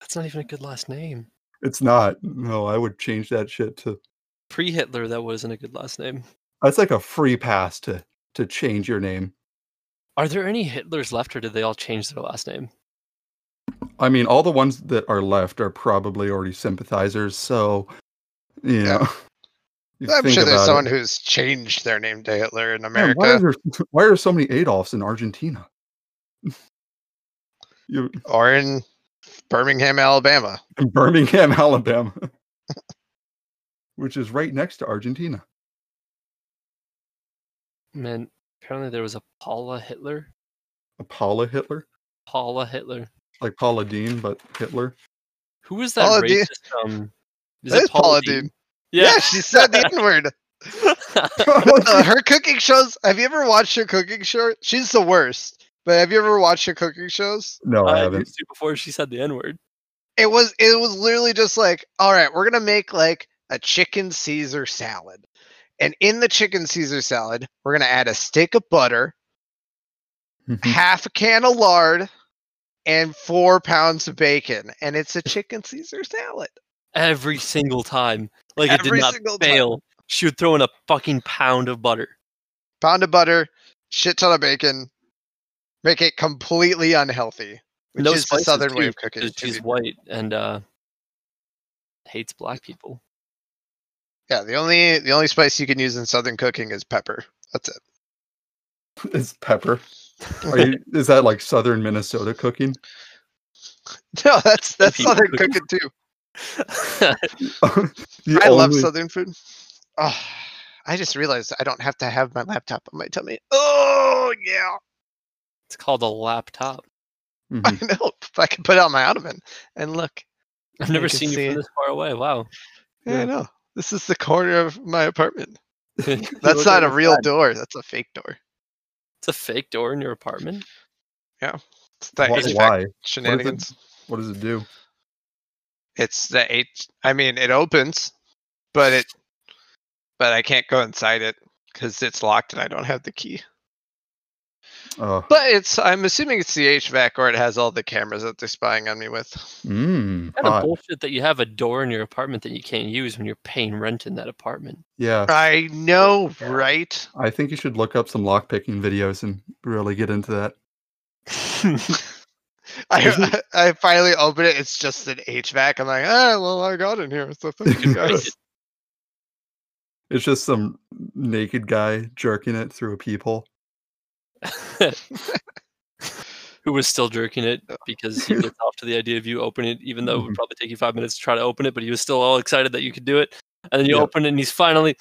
S2: That's not even a good last name.
S1: It's not. No, I would change that shit to.
S2: Pre Hitler, that wasn't a good last name.
S1: That's like a free pass to to change your name.
S2: Are there any Hitlers left, or did they all change their last name?
S1: I mean, all the ones that are left are probably already sympathizers. So, you
S4: Yeah.
S1: know, you
S4: I'm
S1: think
S4: sure there's
S1: about
S4: someone
S1: it.
S4: who's changed their name to Hitler in
S1: Man, why, are
S4: America.
S1: there, why are so many Adolfs in Argentina? you
S4: or in Birmingham, Alabama.
S1: in Birmingham, Alabama, which is right next to Argentina.
S2: Man, apparently there was a Paula Hitler.
S1: Paula Hitler,
S2: Paula Hitler.
S1: like Paula Dean, but Hitler.
S2: Who was that
S4: Paula Deen.
S2: racist? Um, is
S4: That
S2: it
S4: is Paula Deen. Yeah.
S2: Yeah.
S4: she said the N word. Uh, her cooking shows. Have you ever watched her cooking show? She's the worst. But have you ever watched her cooking shows?
S1: no, Oh, I
S2: I
S1: haven't.
S2: used to before she said the N word.
S4: It was it was literally just like, all right, we're gonna make like a chicken Caesar salad, and in the chicken Caesar salad, we're gonna add a stick of butter,
S2: Mm-hmm.
S1: Mhm.
S4: half a can of lard, and four pounds of bacon, and it's a chicken Caesar salad.
S2: Every single time. Like it
S4: Every
S2: did not
S4: single time.
S2: fail. She would throw in a fucking pound of butter.
S4: pound of butter, shit ton of bacon, make it completely unhealthy, which
S2: No
S4: is the
S2: spices,
S4: southern way
S2: too,
S4: of cooking.
S2: because
S4: to
S2: she's
S4: be-
S2: white and uh, hates black people.
S4: yeah, the only the only spice you can use in southern cooking is pepper. That's it.
S1: It's pepper. Are you, is that like Southern Minnesota cooking?
S4: No, that's that's
S2: people
S4: southern
S2: cooking.
S4: cooking too.
S1: The
S4: I love
S1: only-
S4: southern food. Oh, I just realized I don't have to have my laptop on my tummy. Oh yeah,
S2: it's called a laptop.
S1: Mhm.
S4: I know. If I could put it on my ottoman and look,
S2: I've never
S4: can
S2: seen you
S4: see it.
S2: from this far away. Wow.
S4: yeah,
S1: Yeah.
S4: I know. This is the corner of my apartment.
S2: it's
S4: That's
S1: look
S4: not
S1: on
S4: a
S1: the
S4: real
S1: side.
S4: door. That's a fake door.
S2: a fake door in your apartment.
S4: It's the
S1: Why-
S4: HVAC
S1: why?
S4: shenanigans.
S1: What does it do?
S4: it's the H. I mean, it opens, but it, but I can't go inside it because it's locked and I don't have the key.
S1: Uh,
S4: But it's. I'm assuming it's the HVAC or it has all the cameras that they're spying on me with.
S1: mm,
S2: Kind of
S1: hot.
S2: bullshit that you have a door in your apartment that you can't use when you're paying rent in that apartment.
S1: Yeah,
S4: I know, right?
S1: I think you should look up some lock picking videos and really get into that.
S4: I
S3: Mm-hmm.
S1: Isn't-
S4: I finally open it. It's just an HVAC. I'm like, ah, well, I got in here. So thank you guys.
S1: It's just some naked guy jerking it through a peephole.
S2: Who was still jerking it because he gets off to the idea of you opening it, even though it would probably take you five minutes to try to open it, but he was still all excited that you could do it. And then you
S1: Yeah.
S2: open it and he's finally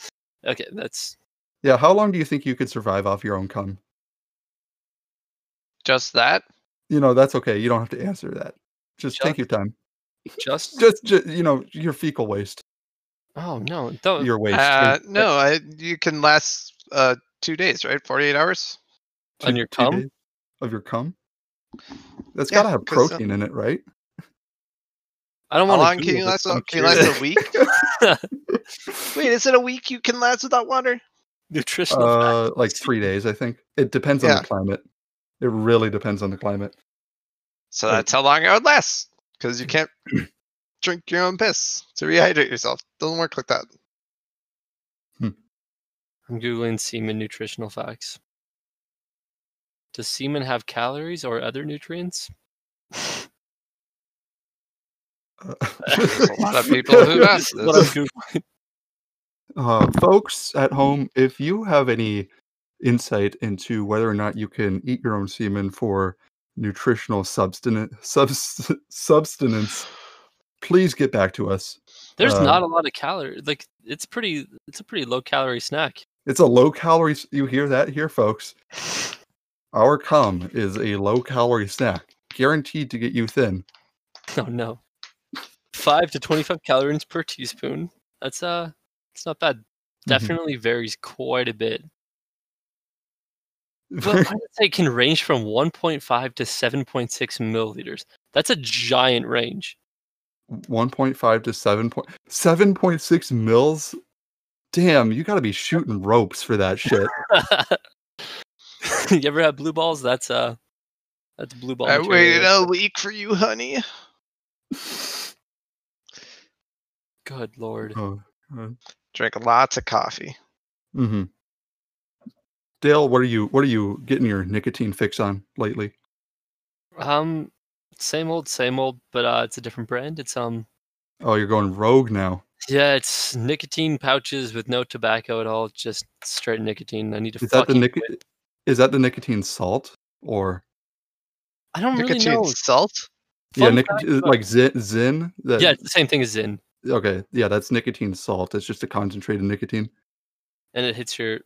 S2: Okay, that's
S1: Yeah, how long do you think you could survive off your own cum?
S4: Just that?
S1: You know, that's okay. You don't have to answer that. Just take
S2: Just-
S1: your time.
S2: just.
S1: Just, ju- you know, your fecal waste,
S2: oh no, don't.
S1: your waste.
S4: Uh, no, I, you can last uh, two days, right? 48 hours?
S1: two-
S2: on your
S1: two
S2: cum?
S1: days Of your cum? That's
S4: Yeah,
S1: got to have
S4: 'cause, uh,
S1: protein in it, right?
S2: I don't
S4: How
S2: want to.
S4: long can you last? Can you last a week? Wait, is it a week you can last without water?
S2: Nutritional.
S1: Uh,
S2: facts.
S1: like three days, I think. It depends on
S4: Yeah.
S1: the climate. It really depends on the climate.
S4: So
S1: Right.
S4: that's how long I would last. Because you can't drink your own piss to rehydrate yourself. Doesn't work like that.
S2: I'm googling semen nutritional facts. Does semen have calories or other nutrients?
S1: Uh,
S4: There's a lot of people who ask
S2: This is what I'm
S4: this.
S2: Googling.
S1: uh, folks at home, if you have any insight into whether or not you can eat your own semen for nutritional substance, subs- substance, please get back to us.
S2: There's
S1: Uh,
S2: not a lot of calories. Like it's pretty. It's a pretty low calorie snack.
S1: It's a low calorie. s- You hear that here, folks. Our cum is a low calorie snack, guaranteed to get you thin.
S2: Oh no. Five to twenty-five calories per teaspoon. That's uh, it's not bad. Definitely varies quite a bit. Well, I would say it can range from 1.5 to 7.6 milliliters. That's a giant range.
S1: 1.5 to 7 point 7.6 mils damn you got to be shooting ropes for that shit
S2: you ever had blue balls? That's uh, that's blue ball.
S4: I
S2: material.
S4: waited a week for you, honey.
S2: Good lord.
S1: oh.
S4: Drink lots of coffee.
S1: hmm dale what are you what are you getting your nicotine fix on lately
S2: Um, same old, same old, but uh, it's a different brand. It's um,
S1: oh you're going rogue now
S2: yeah, it's
S1: Mm-hmm.
S2: nicotine pouches with no tobacco at all, just straight nicotine. I need to
S1: is that the
S2: fucking.
S1: nic- is that the nicotine salt or
S2: I don't really
S4: Nicotine
S2: know.
S4: salt?
S1: yeah
S2: Fun fact
S1: nicotine
S2: about-
S1: like zin, zin that,
S2: yeah, it's the same thing as Zin,
S1: okay yeah that's nicotine salt it's just a concentrated nicotine
S2: and it hits your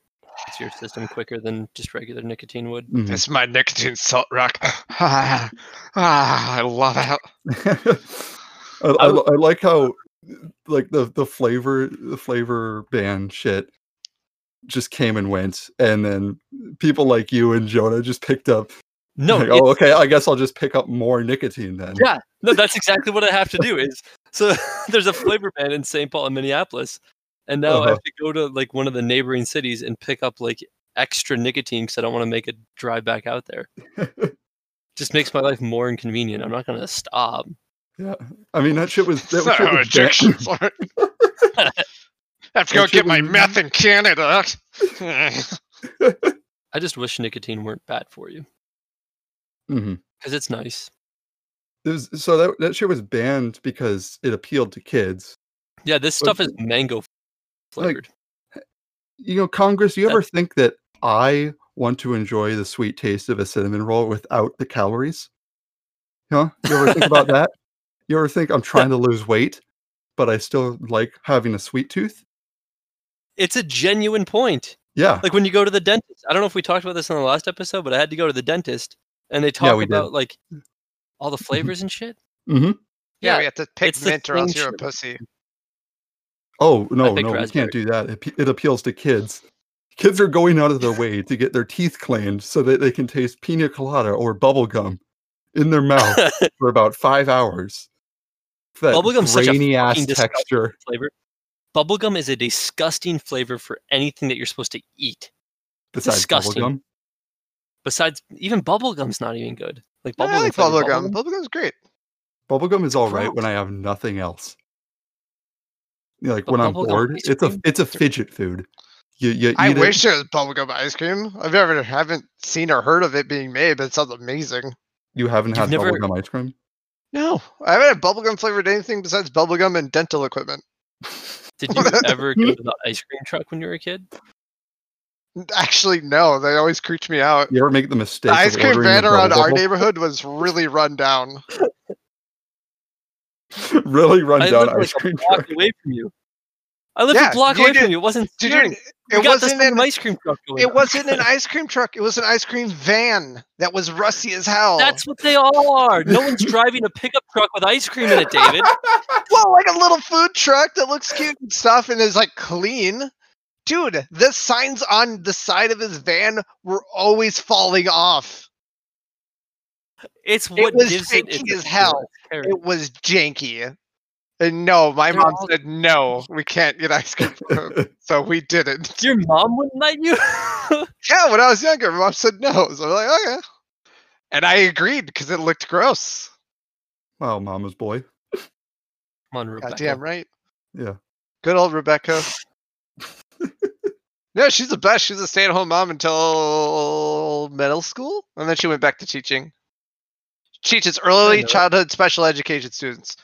S2: hits your system quicker than just regular nicotine would.
S1: Mhm.
S4: It's my nicotine salt rock. ah, I love it.
S1: I, I,
S2: I
S1: li- I like how like the the flavor the flavor ban shit just came and went and then people like you and Jonah just picked up
S2: No,
S1: like,
S2: it's-
S1: oh okay I guess I'll just pick up more nicotine then
S2: Yeah, no, that's exactly what I have to do. Is so there's a flavor ban in St. Paul and Minneapolis, and now I
S1: Uh-huh.
S2: have to go to like one of the neighboring cities and pick up like extra nicotine because I don't want to make a drive back out there. Just makes my life more inconvenient. I'm not gonna stop.
S1: yeah I mean that shit was that
S4: Son
S1: shit
S4: of
S1: was
S4: a
S1: ban-
S4: injection salt. I have to go
S1: That shit
S4: get my
S1: was-
S4: meth in Canada.
S2: I just wish nicotine weren't bad for you
S1: Mhm.
S2: because it's nice.
S1: It was- so that that shit was banned because it appealed to kids
S2: Yeah, this
S1: But
S2: stuff is mango flavored.
S1: you know Congress you
S2: Yeah.
S1: ever think that I want to enjoy the sweet taste of a cinnamon roll without the calories Huh? You ever think about that? You ever think I'm trying to lose weight, but I still like having a sweet tooth?
S2: It's a genuine point.
S1: Yeah.
S2: like when you go to the dentist. I don't know if we talked about this in the last episode, but I had to go to the dentist, and they talk
S1: we did.
S2: about like all the flavors and shit.
S1: hmm
S4: Mm-hmm. yeah,
S2: Yeah,
S4: we have to pick
S2: it's the
S4: mint or else
S2: same
S4: you're a
S2: shit.
S4: pussy.
S1: Oh no,
S2: picked
S1: no, we
S2: raspberry.
S1: can't do that. It, pe- it appeals to kids. Kids are going out of their way to get their teeth cleaned so that they can taste pina colada or bubble gum in their mouth for about five hours. That
S2: Bubblegum's such a
S1: grainy ass
S2: fucking disgusting-
S1: texture.
S2: flavor. Bubblegum is a disgusting flavor for anything that you're supposed to eat.
S1: Besides
S2: disgusting.
S1: bubblegum.
S2: Besides, even bubblegum's not even good. Like
S4: No, I
S2: bubblegum,
S4: like
S2: flavored
S4: bubblegum. Bubblegum's great.
S1: Bubblegum is all right when
S2: gross.
S1: I have nothing else. You know, Like
S2: But
S1: when I'm
S2: bubblegum
S1: bored,
S2: ice
S1: it's a
S2: cream?
S1: it's a fidget food. You, you
S4: I
S1: eat it-
S4: wish it was bubblegum ice cream. I've never haven't seen or heard of it being made, but it sounds amazing.
S1: You haven't
S2: You've
S1: had
S2: never-
S1: bubblegum ice cream?
S4: No, I haven't had bubblegum flavored anything besides bubblegum and dental equipment.
S2: Did you ever go to the ice cream truck when you were a kid?
S4: Actually, no, they always creeped me out.
S1: You ever make the mistake?
S4: The
S1: of
S4: ice cream
S1: ordering a
S4: van around our
S1: Bubble Bubble?
S4: neighborhood was really run down.
S1: really run
S2: I
S1: down
S2: lived, like,
S1: ice cream
S2: Walk
S1: truck.
S2: away from you. I lived
S4: Yeah,
S2: a block
S4: you
S2: away
S4: did-
S2: from you. It wasn't
S4: Dude,
S2: steering. We
S4: it
S2: got this
S4: wasn't
S2: fucking
S4: an
S2: ice cream truck. Going
S4: it
S2: on.
S4: wasn't an ice cream truck. It was an ice cream van that was rusty as hell.
S2: That's what they all are. No one's driving a pickup truck with ice cream in it, David.
S4: well, like a little food truck that looks cute and stuff and is like clean. Dude, the signs on the side of his van were always falling off.
S2: It's what
S4: was
S2: gives it
S4: janky
S2: its
S4: as hell.
S2: character.
S4: It was janky. And no, my
S2: They're
S4: mom
S2: all-
S4: said no, we can't get ice cream. for him." so we didn't.
S2: Your mom wouldn't let you.
S4: Yeah, when I was younger, my mom said no. So I was like, okay. And I agreed because it looked gross.
S1: Wow, mama's boy.
S2: Come on, Rebecca.
S4: God damn right.
S1: Yeah.
S4: Good old Rebecca. no, she's the best. She was a stay at home mom until middle school. And then she went back to teaching. She teaches early
S2: know.
S4: childhood special education students.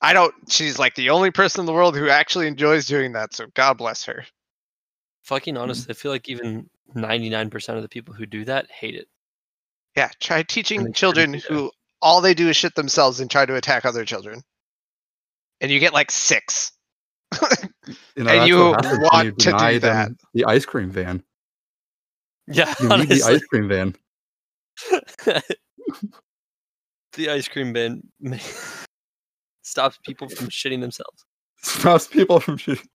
S4: I don't, she's like the only person in the world who actually enjoys doing that. So God bless her.
S2: Fucking honestly, I feel like even 99% of the people who do that hate it.
S4: Yeah, try teaching
S2: they shouldn't
S4: children
S2: do that.
S4: who all they do is shit themselves and try to attack other children. And you get like six.
S1: You
S4: And
S1: that's
S4: you
S1: what happens when
S4: want to do
S1: deny them
S4: that.
S1: The ice cream van.
S2: Yeah,
S1: You need the
S2: honestly.
S1: ice cream van.
S2: the ice cream bin ma- stops people from shitting themselves.
S1: Stops people from shooting.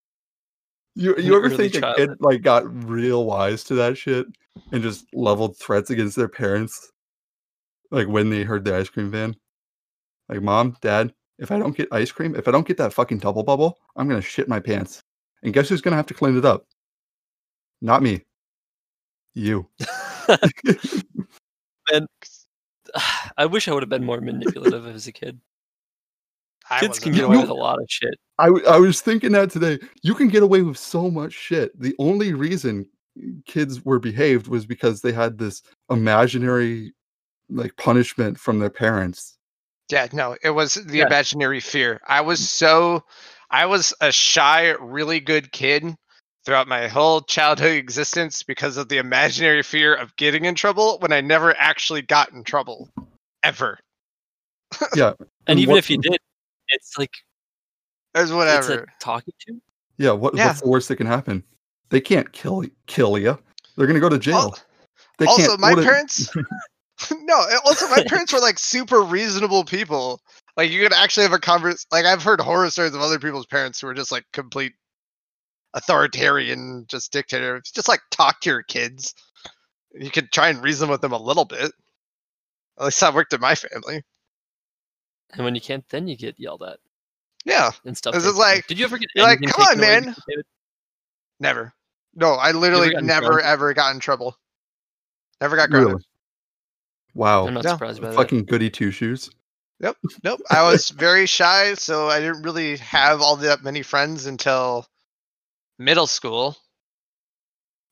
S1: You
S2: In
S1: you ever
S2: early
S1: think a kid
S2: childhood.
S1: like got real wise to that shit and just leveled threats against their parents, like when they heard the ice cream van? Like, mom, dad, if I don't get ice cream, if I don't get that fucking double bubble, I'm gonna shit my pants. And guess who's gonna have to clean it up? Not me. You.
S2: I wish I would have been more manipulative as a kid.
S4: I
S2: Kids can
S4: wasn't
S2: get
S4: a
S2: away
S4: mom.
S2: with a lot of shit.
S1: I, w- I was thinking that today. You can get away with so much shit. The only reason kids were behaved was because they had this imaginary like punishment from their parents.
S4: Yeah, no, it was the
S2: Yeah. Mm.
S4: imaginary fear. I was so, I was a shy, really good kid throughout my whole childhood existence because of the imaginary fear of getting in trouble when I never actually got in trouble, ever.
S2: And
S1: And
S2: even
S1: what-
S2: if you did, it's like
S4: It was
S2: it's
S4: whatever.
S2: a talking to.
S1: Yeah, what
S4: Yeah.
S1: what's the worst that can happen? They can't kill y- kill you. They're gonna go to jail.
S4: Al-
S1: they
S4: also,
S1: can't,
S4: my
S1: what a-
S4: parents, no, and also my parents were like super reasonable people. Like you could actually have a converse. Like I've heard horror stories of other people's parents who were just like complete authoritarian, just dictator. Just like talk to your kids. you could try and reason with them a little bit. At least that worked in my family.
S2: And when you can't, then you get yelled at
S4: Yeah,
S2: and stuff.
S4: This
S2: taken
S4: is
S2: away.
S4: like-
S2: did you ever get
S4: you're like,
S2: anything
S4: "Come on,
S2: taken away
S4: man."
S2: from you,
S4: never. No, I literally
S2: got in
S4: never
S2: trouble?
S4: ever got in trouble. Never got grounded.
S1: Really?
S2: David? I'm
S1: Wow.
S2: not
S4: No,
S2: surprised by that.
S1: Oh, Fucking goody two shoes.
S4: Nope. I was very shy, so I didn't really have all that many friends until middle school.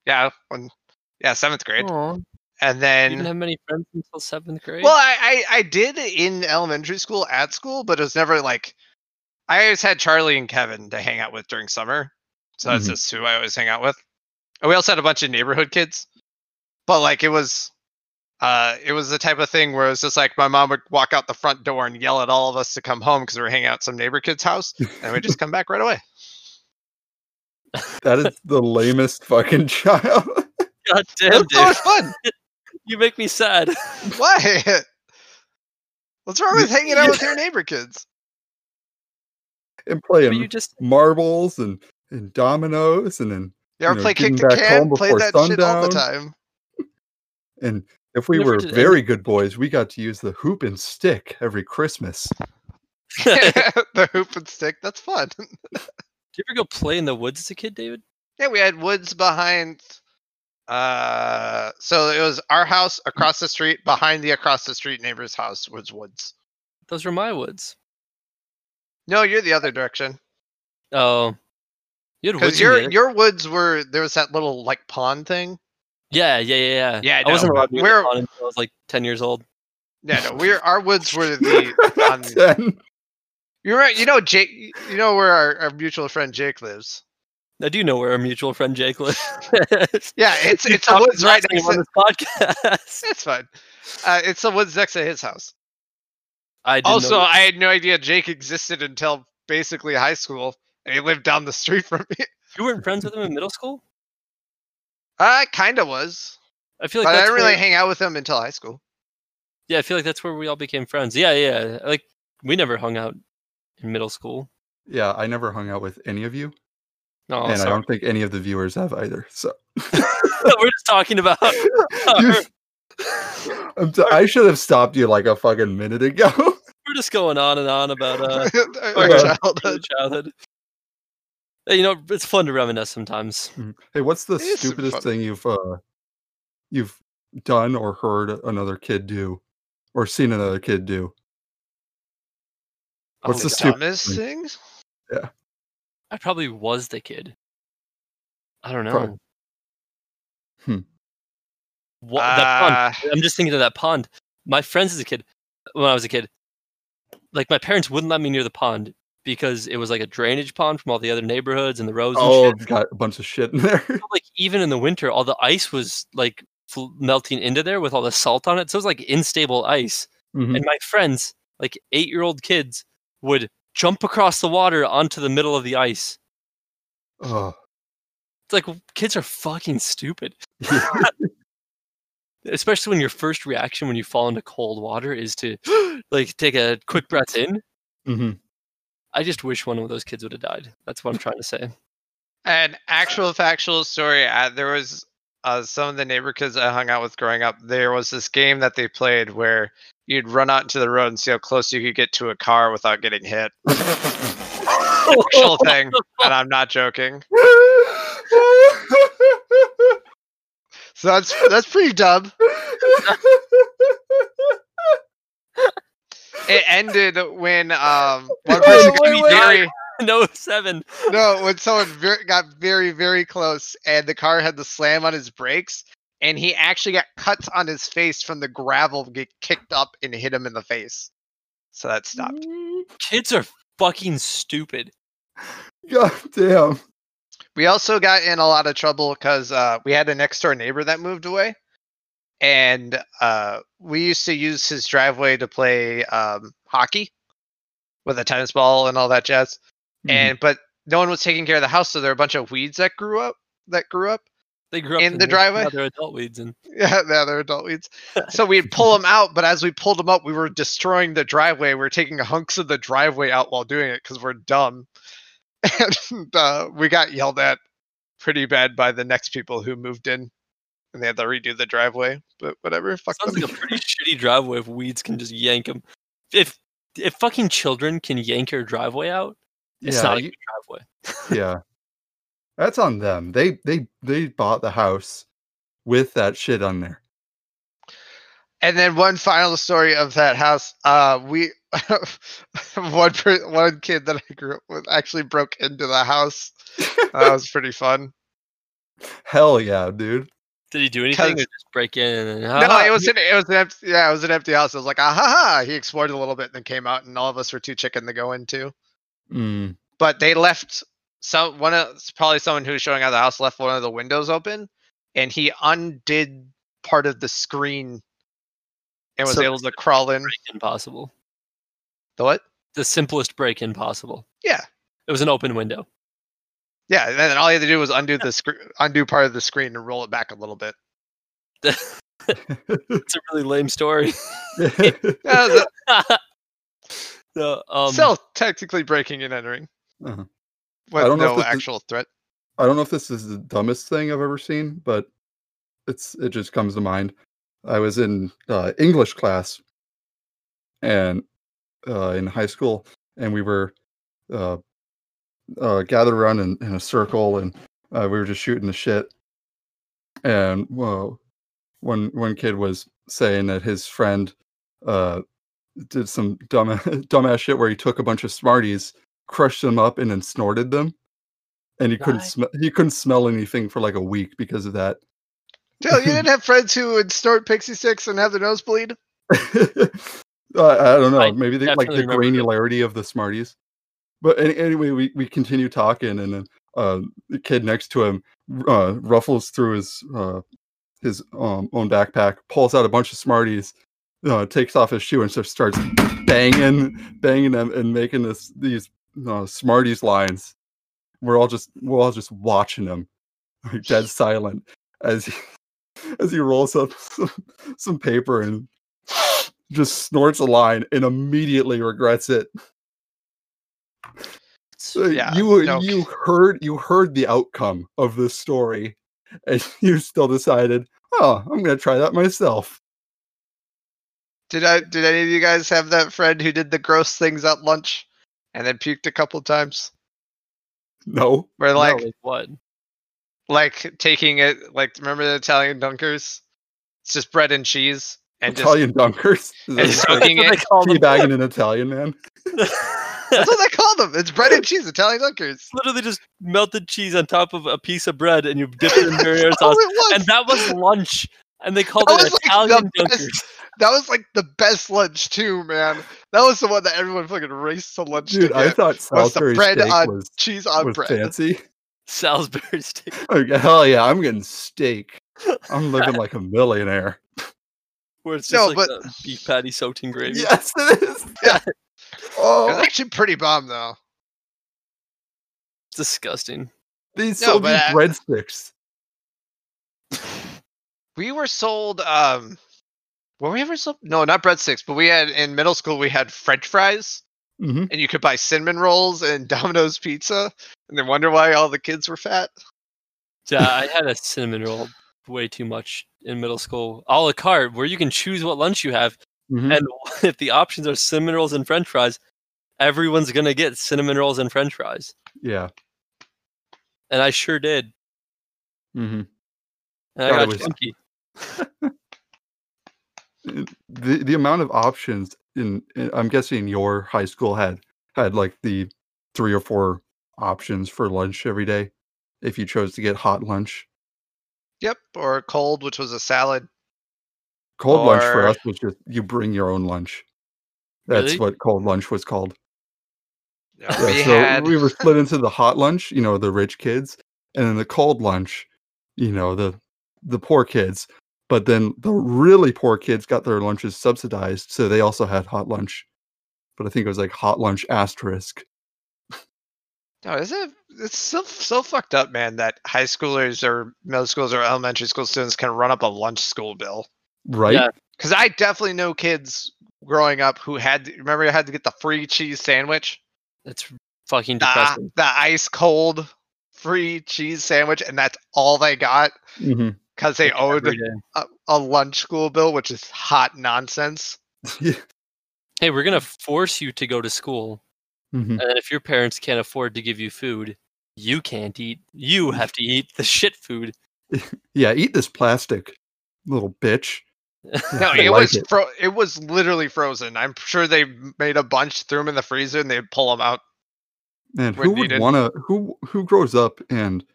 S4: Yeah, when yeah, seventh grade.
S2: Aw,
S4: And
S2: Oh. you didn't
S4: then
S2: have many friends until seventh grade.
S4: well, I, I I did in elementary school at school, but it was never like I always had Charlie and Kevin to hang out with during summer. So that's
S1: Mhm.
S4: just who I always hang out with. And we also had a bunch of neighborhood kids. But like it was uh it was the type of thing where it was just like my mom would walk out the front door and yell at all of us to come home because we were hanging out at some neighbor kid's house and we just come back right away.
S1: That is the lamest fucking child.
S2: God
S4: It
S2: damn,
S4: was so
S2: dude.
S4: much fun.
S2: You make me sad.
S4: Why? What's wrong with hanging out with your neighbor kids?
S1: and
S2: but
S1: playing
S2: you just
S1: marbles and, and dominoes and then
S4: You ever
S1: know,
S4: play
S1: getting
S4: kick the
S1: back
S4: can?
S1: home
S4: Played
S1: before
S4: that shit all the
S1: sundown.
S4: time.
S1: And if we
S2: Never
S1: were
S2: did any-
S1: very good boys, we got to use the hoop and stick every Christmas.
S2: did
S4: the hoop and stick. That's fun.
S2: you ever go play in the woods as a kid, David?
S4: Yeah, we had woods behind. Uh, so it was our house across the street. Behind the across the street neighbor's house was woods.
S2: Those were my woods.
S4: No, you're the other direction
S2: Oh, you had
S4: because
S2: woods. in
S4: your
S2: there?
S4: your woods were there was that little like pond thing.
S2: yeah, yeah, yeah, yeah.
S4: Yeah,
S2: I wasn't
S4: no,
S2: allowed to go
S4: we're-
S2: on until I was like ten years old.
S4: Yeah, no, we our woods were the. on the
S1: Then-
S4: you're right. You know Jake. You know where our, our mutual friend Jake lives.
S2: I do know where our mutual friend Jake lives.
S4: Yeah, it's
S2: You
S4: it's the
S2: talked
S4: woods
S2: his
S4: right
S2: last
S4: next.
S2: name on
S4: To,
S2: this podcast.
S4: it's fine. Uh, it's the woods next to his house.
S2: I didn't know
S4: also
S2: that.
S4: i had no idea jake existed until basically high school He lived down the street from me.
S2: You weren't friends with him in middle school?
S4: I kind of was,
S2: I feel like
S4: but I
S2: that's
S4: didn't really
S2: where-
S4: hang out with him until high school.
S2: Yeah, I feel like that's where we all became friends. Yeah, yeah. Like we never hung out in middle school.
S1: Yeah, I never hung out with any of you,
S2: No,
S1: and I
S2: sorry.
S1: don't think any of the viewers have either. So
S2: we're just talking about.
S1: You- I'm so- I should have stopped you like a fucking minute ago.
S2: We're just going on and on about uh
S4: Our
S1: okay.
S2: early
S4: childhood.
S2: childhood. Hey, you know, it's fun to reminisce sometimes.
S1: hey, what's the
S4: It is super
S1: stupidest
S4: fun.
S1: thing you've uh, you've done or heard another kid do, or seen another kid do?
S2: Oh
S1: What's
S2: my
S1: the
S2: God.
S1: stupid-
S4: Dumbest things?
S2: I probably was the kid. I don't know.
S1: Prob- Hmm.
S2: What, that pond.
S4: Uh,
S2: I'm just thinking of that pond. My friends as a kid, when I was a kid, like my parents wouldn't let me near the pond because it was like a drainage pond from all the other neighborhoods and the roads and
S1: Oh,
S2: shit.
S1: it's got a bunch of shit in there.
S2: But, Like even in the winter, all the ice was like fl- melting into there with all the salt on it, so it was like instable ice.
S3: Hmm.
S1: Mhm.
S2: And my friends, like eight-year-old kids, would jump across the water onto the middle of the ice.
S1: Ugh.
S2: It's like kids are fucking stupid. especially when your first reaction when you fall into cold water is to like take a quick breath in.
S3: Mm-hmm.
S1: Mhm.
S2: I just wish one of those kids would have died. That's what I'm trying to say.
S4: An actual factual story. Uh, there was uh, some of the neighbor kids I hung out with growing up. There was this game that they played where you'd run out into the road and see how close you could get to a car without getting hit. Actual thing, and I'm not joking. So that's that's pretty dumb. It ended when um one
S1: Wait,
S4: person got
S2: wait, wait.
S4: very
S2: no seven.
S4: no when someone ver- got very very close and the car had to slam on his brakes and he actually got cuts on his face from the gravel get kicked up and hit him in the face. So that stopped.
S2: Kids are fucking stupid.
S1: God damn.
S4: We also got in a lot of trouble because uh, we had a next door neighbor that moved away, and uh, we used to use his driveway to play um, hockey with a tennis ball and all that jazz. And but no one was taking care of the house, so there were a bunch of weeds that grew up. That grew up.
S2: They grew up
S4: In the
S2: this-
S4: driveway?
S2: now They're adult weeds and
S4: Yeah, now they're adult weeds. So we'd pull them out, but as we pulled them up, we were destroying the driveway. We were taking hunks of the driveway out while doing it because we're dumb. And uh, we got yelled at pretty bad by the next people who moved in, and they had to redo the driveway. But whatever, fuck
S2: sounds
S4: them.
S2: like a pretty shitty driveway if weeds can just yank them. If if fucking children can yank your driveway out, it's
S1: Yeah,
S2: not a
S1: you-
S2: good driveway.
S1: yeah. That's on them. They they they bought the house with that shit on there.
S4: And then one final story of that house. Uh, we one per, one kid that I grew up with actually broke into the house. that was pretty fun.
S1: Hell yeah, dude.
S2: Did he do anything or
S4: 'Cause-
S2: just break in and
S4: No,
S1: Uh-huh.
S2: "Ah,
S4: it was an it was an empty yeah, it was an empty house. I was like, ah ha ha. He explored a little bit and then came out, and all of us were too chicken to go into.
S1: Mm.
S4: But they left some one of probably someone who was showing out of the house left one of the windows open, and he undid part of the screen and was
S2: So-
S4: able to crawl in.
S2: break in possible.
S4: The what?
S2: The simplest break in possible.
S4: Yeah,
S2: It was an open window.
S4: yeah. And then all he had to do was undo the screen, undo part of the screen, and roll it back a little bit.
S2: it's a really lame story.
S1: Um,
S4: Yeah, that-
S2: so, um,
S4: still technically breaking and entering.
S1: Uh-huh.
S4: With
S1: don't know if
S4: no
S1: this is-
S4: actual threat.
S1: I don't know if this is the dumbest thing I've ever seen, but it's it just comes to mind. I was in uh, English class and uh, in high school, and we were uh, uh, gathered around in, in a circle, and uh, we were just shooting the shit. And whoa, one one kid was saying that his friend uh, did some dumb dumbass shit where he took a bunch of Smarties, crushed them up, and then snorted them. And he couldn't
S2: What?
S1: smell. He couldn't smell anything for like a week because of that.
S4: Dill, you didn't have friends who would snort pixie sticks and have their nose bleed?
S1: Uh, I don't know.
S2: I
S1: maybe they, like the
S2: definitely remember that.
S1: granularity of the Smarties. But any, anyway, we we continue talking, and then uh, the kid next to him uh, ruffles through his uh, his um, own backpack, pulls out a bunch of Smarties, uh, takes off his shoe, and just starts banging banging them and making this these uh, Smarties lines. We're all just we're all just watching him, like, dead silent, as he, as he rolls up some, some paper and just snorts a line and immediately regrets it. So
S4: Yeah,
S1: you
S4: no.
S1: you heard you heard the outcome of this story, and you still decided, oh, I'm gonna try that myself.
S4: Did I? Did any of you guys have that friend who did the gross things at lunch, and then puked a couple times?
S1: No,
S4: Where like,
S2: no, like what?
S4: like taking it, like remember the Italian dunkers? It's just bread and cheese, and
S1: Italian dunkers. Is that
S4: and
S1: just
S4: just
S1: like
S4: soaking
S2: That's what
S4: it.
S2: they call them.
S1: teabagging an Italian man.
S4: That's what they call them. It's bread and cheese Italian dunkers.
S2: It's literally just melted cheese on top of a piece of bread, and you dip it in marinara
S4: Oh,
S2: sauce,
S4: it was.
S2: and that was lunch. And they called
S4: That
S2: it
S4: was, like, the
S2: Italian
S4: best-
S2: dunkers.
S4: That was like the best lunch too, man. That was the one that everyone fucking raced to lunch to
S1: Dude,
S4: get.
S1: I thought
S4: What's the
S1: Salisbury
S4: bread
S1: steak
S4: on
S1: was,
S4: cheese on
S1: was
S4: bread.
S1: fancy.
S2: Salisbury steak.
S1: Like, hell yeah, I'm getting steak. I'm living like a millionaire.
S2: Where it's
S4: No,
S2: just like
S4: but-
S2: the beef patty soaked in gravy.
S1: Yes, it is.
S4: Yeah. It was
S1: Oh,
S4: actually pretty bomb though.
S2: It's disgusting.
S1: these
S4: No,
S1: sold
S4: but
S1: you
S4: I-
S1: breadsticks.
S4: We were sold. um Were we ever sold? No, not breadsticks. But we had in middle school we had French fries,
S1: Mhm.
S4: and you could buy cinnamon rolls and Domino's pizza, and then wonder why all the kids were fat.
S2: Yeah, I had a cinnamon roll way too much in middle school. A la carte, where you can choose what lunch you have.
S4: Mm-hmm.
S1: Mhm.
S2: And if the options are cinnamon rolls and french fries, everyone's going to get cinnamon rolls and french fries.
S1: Yeah.
S2: And I sure did.
S1: mhm.
S2: And I
S4: Oh,
S1: God, it
S2: got
S1: was-
S2: chunky.
S1: The the amount of options in, in I'm guessing your high school had had like the three or four options for lunch every day if you chose to get hot lunch.
S4: Yep, or cold, which was a salad.
S1: Cold lunch for
S4: Or-
S1: us was just you bring your own lunch. That's
S2: Really?
S1: what cold lunch was called. Yeah,
S4: we
S1: so
S4: had
S1: we were split into the hot lunch, you know, the rich kids, and then the cold lunch, you know, the the poor kids. But then the really poor kids got their lunches subsidized, so they also had hot lunch. But I think it was like hot lunch asterisk.
S4: No, Oh, is it? It's so so fucked up, man. That high schoolers or middle schools or elementary school students can run up a lunch school bill.
S1: Right?
S2: Yeah.
S4: Because I definitely know kids growing up who had to- remember I had to get the free cheese sandwich,
S2: That's fucking
S4: the, i-
S2: depressing.
S4: Ah, the ice cold free cheese sandwich, and that's all they got
S2: Mm-hmm.
S1: Mhm.
S4: because they owed
S2: every day.
S4: a, a lunch school bill, which is hot nonsense.
S1: Yeah.
S2: Hey, we're going to force you to go to school.
S1: Mhm.
S2: And if your parents can't afford to give you food, you can't eat. You
S1: Mm-hmm.
S2: have to eat the shit food.
S1: Yeah, eat this plastic, little bitch. Yeah,
S4: No,
S1: I
S4: it
S1: like
S4: was fro- it was literally frozen. I'm sure they made a bunch, threw them in the freezer, and they'd pull them out.
S1: Man,
S4: when
S1: who would
S4: needed.
S1: want to who who grows up and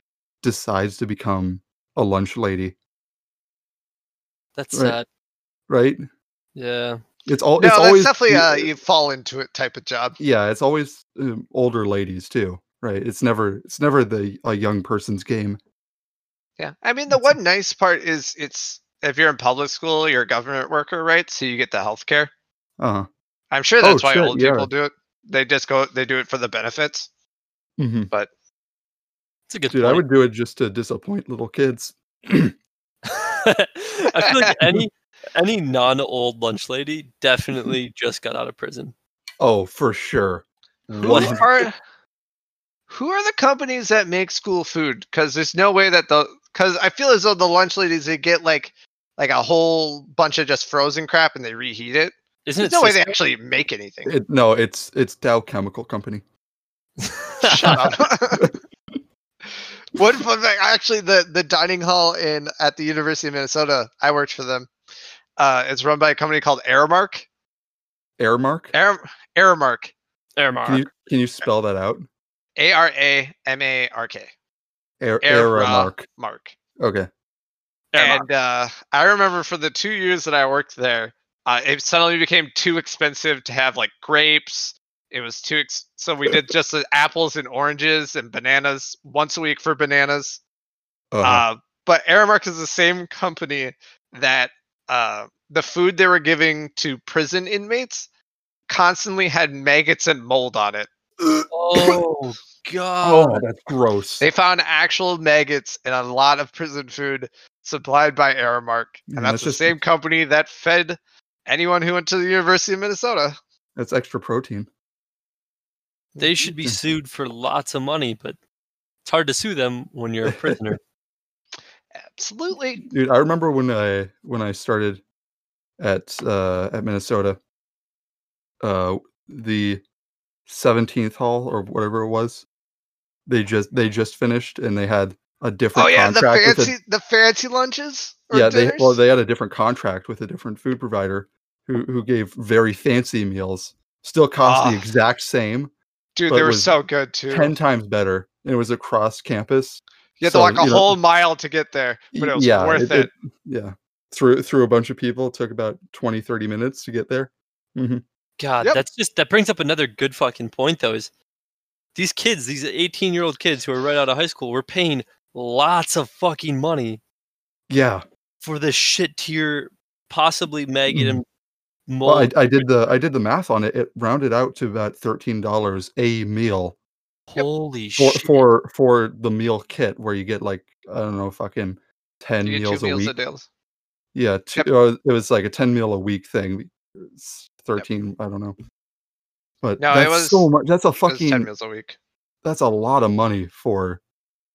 S1: decides to become a lunch lady,
S2: That's
S1: Right.
S2: sad.
S1: right?
S2: Yeah.
S1: It's all
S4: No,
S1: it's
S4: that's
S1: always
S4: definitely
S1: the-
S4: a you fall into it type of job.
S1: yeah it's always um, older ladies too right it's never it's never the a young person's game
S4: Yeah. I mean, the
S1: It's-
S4: one nice part is it's if you're in public school, you're a government worker, right? So you get the health care.
S1: uh
S4: I'm sure
S1: Oh,
S4: that's why
S1: shit,
S4: old
S1: yeah.
S4: people do it. They just go, they do it for the benefits.
S1: mhm.
S2: It's a good
S1: dude i
S2: point.
S1: would do it just to disappoint little kids
S2: I feel like any any non-old lunch lady definitely just got out of prison.
S1: oh for sure
S4: Who
S1: One hundred-
S4: are, who are the companies that make school food? Because there's no way that the, because I feel as though the lunch ladies, they get like, like a whole bunch of just frozen crap and they reheat it.
S2: Isn't
S4: There's
S2: it?
S4: no way they actually make anything.
S1: it, no it's it's dow chemical company
S2: Sis-
S4: Shut up. One fun fact, actually, the the dining hall in at the University of Minnesota, I worked for them. Uh, it's run by a company called Aramark.
S1: airmark
S4: Aram- Aramark,
S1: can
S2: Airmark.
S1: you can you spell that out
S4: A R A M A R K,
S1: Air,
S4: Air- uh,
S1: airmark
S4: Mark.
S1: okay
S2: Airmark.
S4: And uh, I remember for the two years that I worked there, uh, it suddenly became too expensive to have like grapes. It was too ex- so we did just the apples and oranges and bananas once a week for bananas.
S1: uh
S4: Uh, but Aramark is the same company that uh, the food they were giving to prison inmates constantly had maggots and mold on it.
S2: Oh
S1: Oh,
S2: god.
S1: that's gross.
S4: They found actual maggots in a lot of prison food supplied by Aramark,
S1: Yeah,
S4: and that's
S1: that's
S4: the
S1: just-
S4: same company that fed anyone who went to the University of Minnesota.
S1: That's extra protein.
S2: They should be
S1: Yeah.
S2: sued for lots of money, but it's hard to sue them when you're a prisoner.
S4: Absolutely.
S1: dude i remember when i when i started at uh at minnesota uh the 17th hall or whatever it was they just they just finished and they had a different
S4: Oh yeah, the
S1: contract with a-
S4: fancy the fancy lunches. Or
S1: yeah
S4: dinners?
S1: they well they had a different contract with a different food provider who who gave very fancy meals still cost the
S4: Ah.
S1: exact same
S4: dude,
S1: but
S4: they were
S1: was
S4: so good too.
S1: 10 times better and it was across campus
S4: you had
S1: so,
S4: to walk a
S1: you know,
S4: whole mile to get there, but
S1: Y-
S4: it was worth it.
S1: yeah through through a bunch of people it took about 20 30 minutes to get there
S2: God,
S4: Yep.
S2: that's just that brings up another good fucking point though is these kids, these 18 year old kids who are right out of high school, were paying lots of fucking money
S1: yeah
S2: for this shit tier, possibly maggot
S1: Mhm.
S2: and mold.
S1: well I, I did the i did the math on it it rounded out to about $13 a meal
S2: Holy
S1: for
S2: shit.
S1: for for the meal kit where you get like i don't know fucking 10
S4: You get
S1: meals
S4: two
S1: a
S4: meals a
S1: week
S4: day.
S1: yeah two,
S4: Yep.
S1: or it was like a 10 meal a week thing it's 13 i don't know but
S4: No, it
S1: that's so
S4: was-
S1: much that's a
S4: That's ten
S1: fucking
S4: meals a week.
S1: that's a lot of money for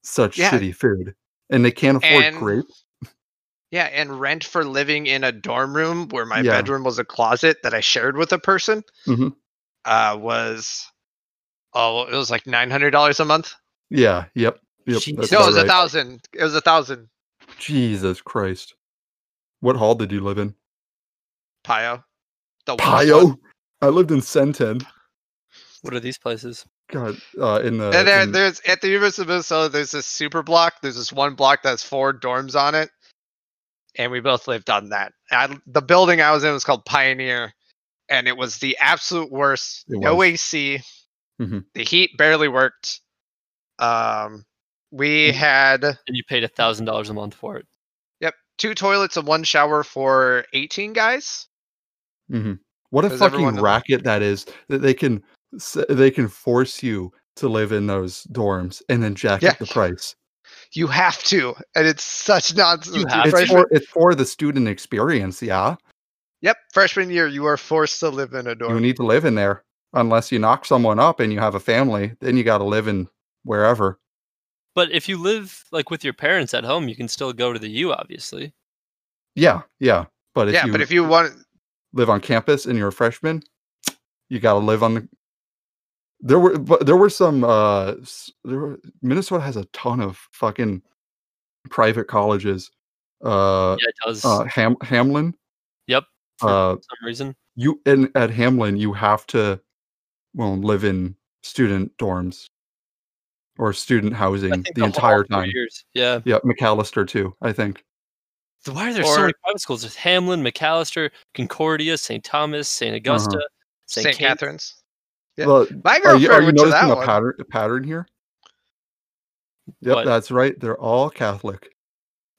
S1: such
S4: Yeah.
S1: shitty food and they can't afford
S4: And-
S1: grape
S4: Yeah, and rent for living in a dorm room where my
S1: Yeah.
S4: bedroom was a closet that I shared with a person
S1: Mhm.
S4: uh, was oh, it was like nine hundred dollars a month.
S1: Yeah. Yep. Yep.
S2: Jeez.
S1: That's
S4: No, it
S1: about
S4: was a
S1: right.
S4: thousand. It was a thousand.
S1: Jesus Christ. What hall did you live in?
S4: Pio, the worst one.
S1: Pio. I lived in Senten.
S2: What are these places?
S1: God, uh, in the
S4: And there,
S1: in-
S4: there's at the University of Minnesota. There's this super block. There's this one block that's four dorms on it, and we both lived on that. I, the building I was in was called Pioneer, and it was the absolute worst.
S1: It
S4: no
S1: was.
S4: AC.
S1: Mhm.
S4: The heat barely worked. Um, we
S1: Mm-hmm.
S2: Mhm.
S4: had
S2: And you paid a thousand dollars a month for it.
S4: yep two toilets and one shower for 18 guys.
S1: Mhm. what a
S4: Does
S1: fucking
S4: everyone know-
S1: racket that is that they can s- they can force you to live in those dorms and then jack
S4: Yeah.
S1: up the price.
S4: You have to, and it's such nonsense. dude.
S2: have to.
S1: It's
S4: Freshman-
S1: for it's for the student experience. Yeah,
S4: Yep, freshman year, you are forced to live in a dorm.
S1: you need to live in there unless you knock someone up and you have a family. Then you got to live in wherever.
S2: But if you live like with your parents at home, you can still go to the U, obviously.
S1: Yeah, yeah. But if
S4: yeah,
S1: you
S4: but if you want,
S1: live on campus and you're a freshman, you got to live on the. There were but there were some uh s- there were, Minnesota has a ton of fucking private colleges. Uh,
S2: Yeah, it does
S1: uh Ham, Hamlin.
S2: Yep.
S1: Uh,
S2: for some reason.
S1: you and at Hamlin you have to well live in student dorms or student
S2: I
S1: housing
S2: think
S1: the
S2: whole
S1: entire
S2: four
S1: time.
S2: Years. Yeah.
S1: Yeah, McAllister too, I think.
S2: Th- Why are there so many
S4: Or-
S2: private schools? There's Hamlin, McAllister, Concordia, St. Thomas, St. Augusta,
S4: St.
S2: St. Catherine.
S4: Catherine's. Yeah.
S1: Well,
S4: My
S1: are
S4: girlfriend
S1: you, are you
S4: went to
S1: noticing
S4: that
S1: a
S4: one.
S1: pattern a pattern here? Yep,
S2: What?
S1: that's right. They're all Catholic.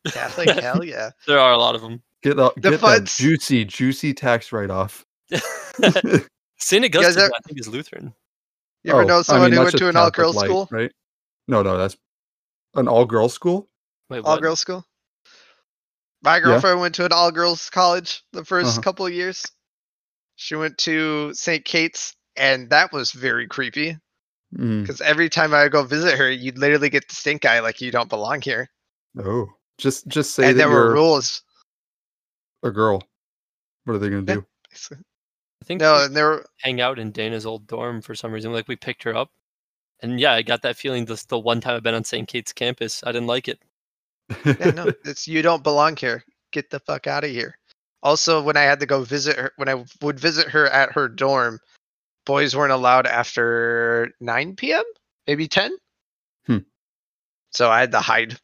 S4: Catholic, hell yeah.
S2: There are a lot of them.
S1: Get the,
S4: The
S1: get that
S4: funds-
S1: juicy, juicy tax write off.
S2: St. Augusta,
S4: there-
S2: I think, is Lutheran.
S4: You ever
S1: Oh,
S4: know
S1: I
S4: someone
S1: mean,
S4: who
S1: that's
S4: went
S1: just
S4: to an all girls
S1: Catholic light,
S4: school?
S1: right? No, no, that's an all girls school.
S2: Wait,
S4: All
S2: what?
S4: girls school? My girlfriend went to an all girls college the 1st
S1: Uh-huh.
S4: couple of years. She went to St. Kate's, and that was very creepy
S1: Mm.
S4: because every time I would go visit her, you'd literally get the stink eye like you don't belong here.
S1: Oh, just just say
S4: and
S1: that
S4: there were
S1: you're
S4: rules.
S1: a girl. What are they gonna
S4: Yeah.
S1: do?
S2: I think
S4: No, uh,
S2: we
S4: and there were,
S2: hang out in Dana's old dorm for some reason. Like, we picked her up. And yeah, I got that feeling just the one time I've been on St. Kate's campus. I didn't like it.
S4: yeah, no, it's you don't belong here. Get the fuck out of here. Also, when I had to go visit her, when I would visit her at her dorm, boys weren't allowed after 9 p.m., maybe 10.
S1: Hmm.
S4: So I had to hide.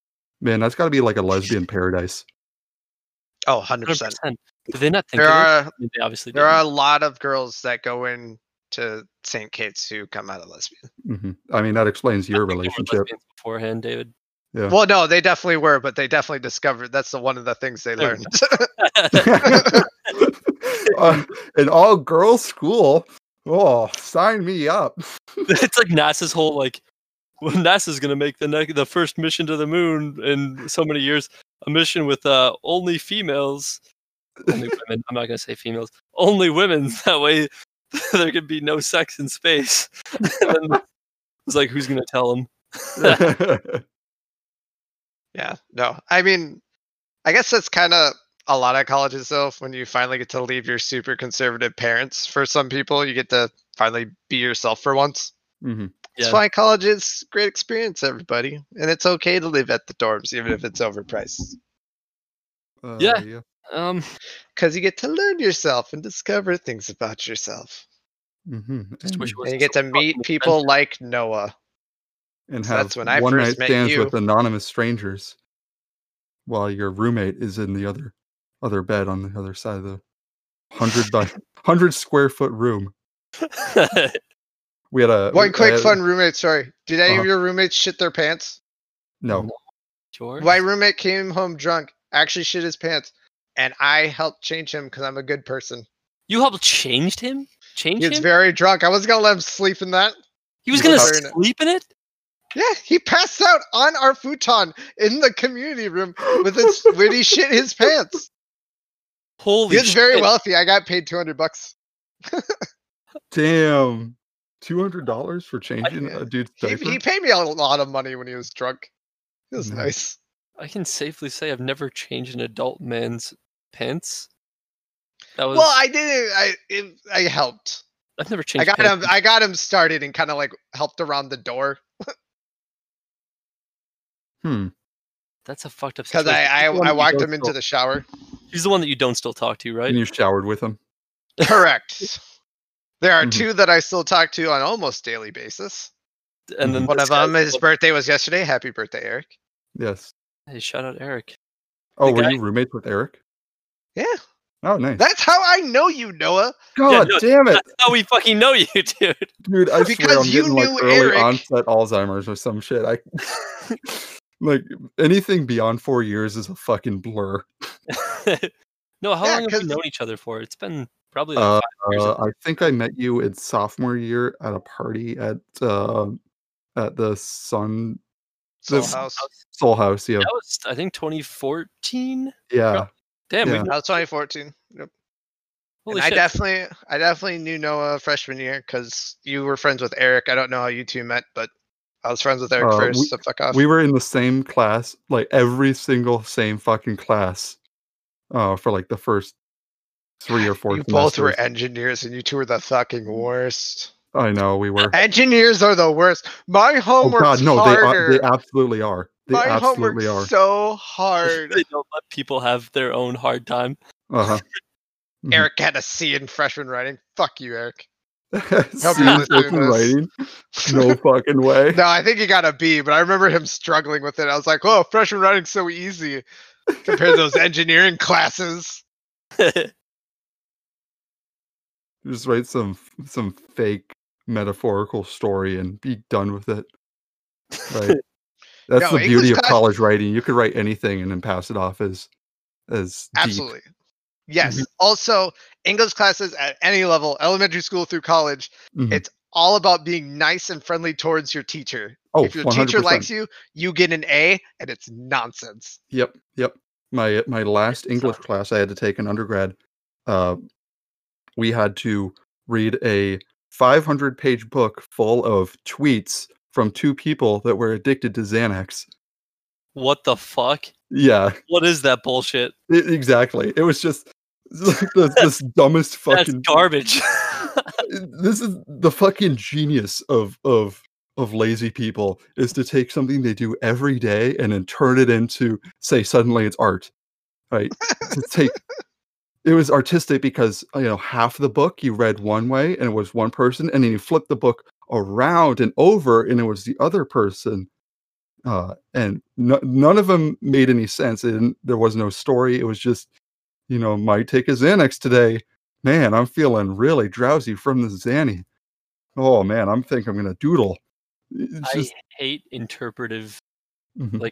S1: Man, that's gotta be like a lesbian paradise.
S4: Oh, 100 percent.
S2: 100%. Did they not think
S4: There
S2: of it?
S4: are
S2: I mean, they obviously
S4: there
S2: didn't.
S4: are a lot of girls that go in to St. Kate's who come out of lesbian.
S1: hmm I mean, that explains your
S2: They were
S1: relationship.
S2: lesbians beforehand, David.
S1: Yeah.
S4: Well, no, they definitely were, but they definitely discovered that's the one of the things they
S2: There we
S4: learned.
S1: Uh, an all girls Um, school. Oh, sign me up.
S2: it's like NASA's whole like, well, NASA's gonna make the ne- the first mission to the moon in so many years. A mission with uh, only females, only women. I'm not gonna say females, only women. That way, there could be no sex in space. and then it's like, who's gonna tell them?
S4: Yeah, no. I mean, I guess that's kind of a lot of colleges, though. When you finally get to leave your super conservative parents, for some people, you get to finally be yourself for once.
S1: Mhm.
S4: It's
S2: Yeah.
S4: why college is great experience, everybody, and it's okay to live at the dorms even if it's overpriced,
S1: Uh,
S2: Yeah. Um,
S4: because you get to learn yourself and discover things about yourself,
S1: Mhm.
S2: just wish it
S4: Mm-hmm. and
S2: wasn't
S4: you get
S2: so
S4: to meet
S2: fucking
S4: people like Noah.
S1: and
S4: So
S1: have
S4: that's when I
S1: one
S4: first
S1: night
S4: met
S1: stands
S4: you.
S1: with anonymous strangers while your roommate is in the other other bed on the other side of the 100 by 100 square foot room
S2: expensive.
S1: we had a
S4: One quick
S1: I-
S4: fun roommate story. Did any
S1: Uh, Uh-huh.
S4: of your roommates shit their pants?
S1: no
S2: George?
S4: My roommate came home drunk, actually shit his pants, and I helped change him because I'm a good person.
S2: You helped changed him? Changed
S4: He was
S2: him?
S4: very drunk. I wasn't gonna let him sleep in that.
S2: he was
S4: he
S2: gonna
S4: was very-
S2: sleep in it?
S4: Yeah, he passed out on our futon in the community room with his when he shit his pants.
S2: Holy
S4: He was
S2: shit.
S4: very wealthy. I got paid two hundred bucks.
S1: damn $200 for changing
S4: yeah.
S1: a dude's
S4: He,
S1: diaper
S4: he paid me a lot of money when he was drunk. It was
S1: Mhm.
S4: nice.
S2: I can safely say I've never changed an adult man's pants. That was
S4: Well, I didn't. I it, I helped.
S2: I've never
S4: I
S2: changed.
S4: got him.
S2: pants.
S4: I got him started and kind of like helped around the door
S1: hmm
S2: That's a fucked up
S4: because
S2: situation.
S4: I I,
S1: one
S4: I
S1: you
S4: walked
S1: don't
S4: him into
S1: know.
S4: the shower.
S2: He's the one that you don't still talk to, right?
S1: and you showered with him
S4: Correct. There are
S1: Mhm.
S4: two that I still talk to on almost daily basis.
S2: and then
S4: One
S2: this
S4: of them,
S2: guy's
S4: his
S2: the one-
S4: birthday was yesterday. Happy birthday, Eric.
S1: yes
S2: Hey, shout out Eric.
S1: oh
S2: The
S1: were
S2: guy-
S1: you roommates with eric
S4: Yeah,
S1: oh nice
S4: that's how I know you, Noah.
S1: god
S2: no,
S1: damn it
S2: That's how we fucking know you, dude.
S1: dude i swear i'm
S4: Because you
S1: getting like
S4: knew
S1: early
S4: Eric.
S1: onset alzheimer's or some shit i like anything beyond four years is a fucking blur
S2: no, how
S4: Yeah,
S2: long have
S4: 'cause-
S2: we known each other for? It's been probably like five years.
S1: Uh, I think I met you in sophomore year at a party at uh, at the Sun
S4: Soul
S1: This-
S4: House.
S1: Soul House. Yeah,
S2: that was I think 2014.
S1: yeah.
S2: Damn,
S1: Yeah.
S2: we've known,
S4: That was 2014. Yep. And
S2: holy
S4: I
S2: shit.
S4: definitely, I definitely knew Noah freshman year because you were friends with Eric. I don't know how you two met, but I was friends with Eric
S1: Uh,
S4: first.
S1: we-
S4: so fuck off.
S1: We were in the same class, like every single same fucking class, uh, for like the first three or four.
S4: you both were
S1: semesters.
S4: engineers, and you two were the fucking worst.
S1: I know we were.
S4: Engineers are the worst. My
S1: Oh
S4: homework's
S1: God, no, they
S4: harder.
S1: are, they absolutely are. They
S4: My homework's
S1: absolutely are.
S4: so hard.
S2: they don't let people have their own hard time.
S1: Uh-huh. Mhm.
S4: Eric had a C in freshman writing. Fuck you, Eric.
S1: Seeing
S4: listening to
S1: fucking
S4: this.
S1: writing? No fucking way.
S4: no, I think he got a B, but I remember him struggling with it. I was like, "Whoa, freshman writing's so easy compared to those engineering classes."
S1: just write some some fake metaphorical story and be done with it right that's
S4: No,
S1: the
S4: English
S1: beauty of
S4: class-
S1: college writing you could write anything and then pass it off as as deep. Mm-hmm.
S4: Absolutely. Yes. Also, English classes at any level, elementary school through college,
S1: Mhm.
S4: It's- all about being nice and friendly towards your teacher.
S1: oh
S4: if your teacher
S1: 100%.
S4: likes you, you get an A, and it's nonsense.
S1: yep yep my my last english class i had to take in undergrad uh we had to read a 500 page book full of tweets from two people that were addicted to xanax
S2: what the fuck?
S1: yeah
S2: What is that bullshit?
S1: I- E, exactly. It was just like the, this dumbest
S2: That's
S1: fucking. e,
S2: garbage.
S1: This is the fucking genius of of of lazy people is to take something they do every day and then turn it into say suddenly it's art, right? to take. It was artistic because you know half the book you read one way and it was one person, and then you flip the book around and over and it was the other person uh, and no, none of them made any sense. It didn't, there was no story. It was just, you know, might take a Xanax today. Man, I'm feeling really drowsy from the Xanny. Oh man, I'm think I'm gonna doodle. It's
S2: I
S1: just,
S2: hate interpretive
S1: mhm,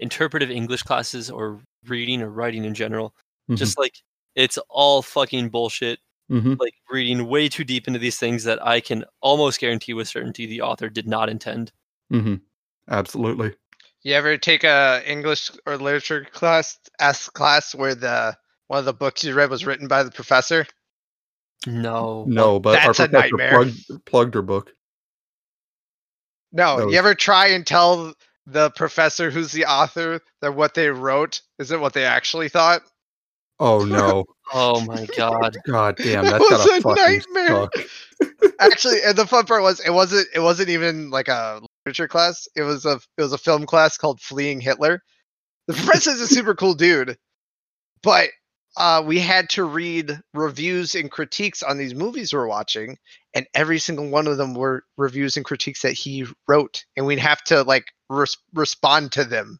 S2: interpretive English classes or reading or writing in general.
S1: mhm.
S2: Just like it's all fucking bullshit.
S1: Mm-hmm.
S2: like reading way too deep into these things that I can almost guarantee with certainty the author did not intend.
S1: Mm-hmm. Absolutely.
S4: You ever take a English or literature class S class where the one of the books you read was written by the professor?
S2: No.
S1: No, but
S4: that's a
S1: our professor
S4: nightmare.
S1: plugged, plugged her book.
S4: No.
S1: No.
S4: You ever try and tell the professor who's the author that what they wrote isn't what they actually thought?
S1: Oh no!
S2: Oh my god.
S1: God damn,
S4: That
S1: that's
S4: was
S1: got
S4: a
S1: a fucking
S4: nightmare.
S1: suck.
S4: actually, and the fun part was it wasn't it wasn't even like a literature class. It was a it was a film class called Fleeing Hitler. The professor's a super cool dude, but uh, we had to read reviews and critiques on these movies we were watching, and every single one of them were reviews and critiques that he wrote, and we'd have to like res- respond to them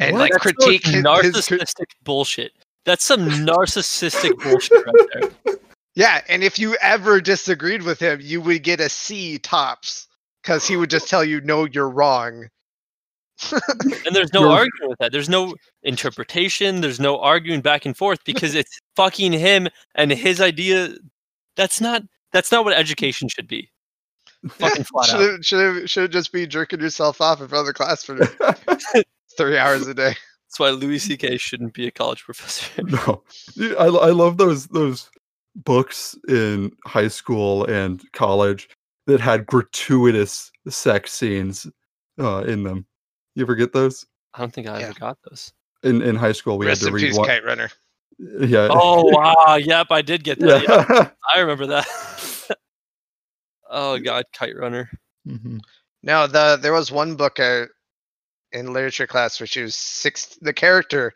S4: and
S1: What?
S4: like
S1: That's
S4: critique his, his cri-
S2: narcissistic bullshit. That's some narcissistic bullshit right there.
S4: Yeah, and if you ever disagreed with him, you would get a C tops because he would just tell you, "No, you're wrong."
S2: And there's no
S1: You're-
S2: arguing with that. There's no interpretation. There's no arguing back and forth because it's fucking him and his idea. That's not that's not what education should be. Fucking flat out.
S4: should should should just be jerking yourself off in front of the class for three hours a day.
S2: That's why Louis C.K. shouldn't be a college professor.
S1: No, Dude, I, I love those those books in high school and college that had gratuitous sex scenes uh, in them. You ever get those?
S2: I don't think I ever
S4: Yeah.
S2: got those.
S1: In in high school, we
S4: Rest
S1: had
S4: in
S1: to read
S4: peace,
S1: one.
S4: Kite Runner.
S1: Yeah.
S2: Oh wow, yep, I did get that. Yeah,
S1: yeah.
S2: I remember that. oh god, kite runner.
S1: Mhm.
S4: No, the there was one book uh, in literature class where she was six. The character,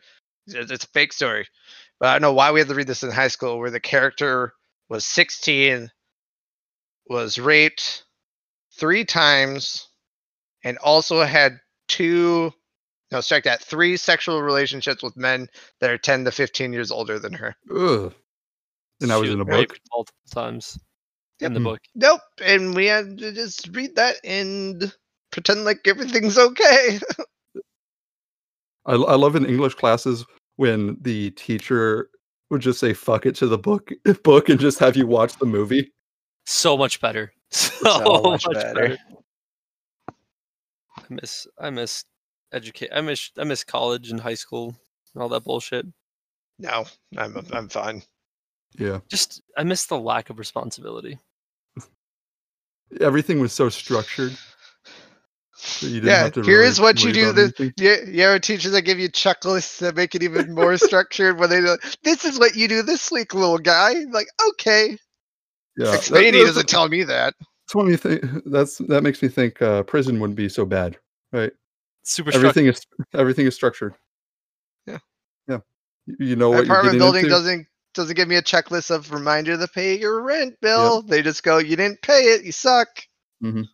S4: it's it's a fake story, but I don't know why we had to read this in high school. Where the character was sixteen, was raped three times, and also had two, no, strike that, three sexual relationships with men that are ten to fifteen years older than her.
S1: Ugh. And that was
S2: She
S1: in a
S2: raped
S1: book.
S2: multiple times
S4: Yep.
S2: in the
S1: Mm.
S2: book.
S4: Nope, and we had to just read that and pretend like everything's okay.
S1: I, l- I love in English classes when the teacher would just say "fuck it" to the book book and just have you watch the movie.
S2: So much better. So,
S4: much
S2: much,
S4: better.
S2: better. I miss I miss educate I miss I miss college and high school and all that bullshit.
S4: No, I'm I'm fine.
S1: Yeah,
S2: Just I miss the lack of responsibility.
S1: everything was so structured that you didn't
S4: Yeah,
S1: have to.
S4: here
S1: really
S4: is what you
S1: worry
S4: do
S1: about
S4: this-
S1: anything.
S4: Yeah, you ever teachers that give you checklists that make it even more structured? When they do, this is what you do this week, little guy. Like, okay,
S1: Yeah,
S4: Six
S1: that-
S4: lady
S1: that's-
S4: doesn't tell me that.
S1: That's one of the thing. That's that makes me think uh, prison wouldn't be so bad, right?
S2: Super structured.
S1: Everything is everything is structured.
S4: Yeah.
S1: yeah. You- You know Oh,
S4: My
S1: what you're
S4: apartment
S1: getting
S4: building
S1: into.
S4: doesn't doesn't give me a checklist of reminder to pay your rent bill. They just go, you didn't pay it, you suck.
S1: You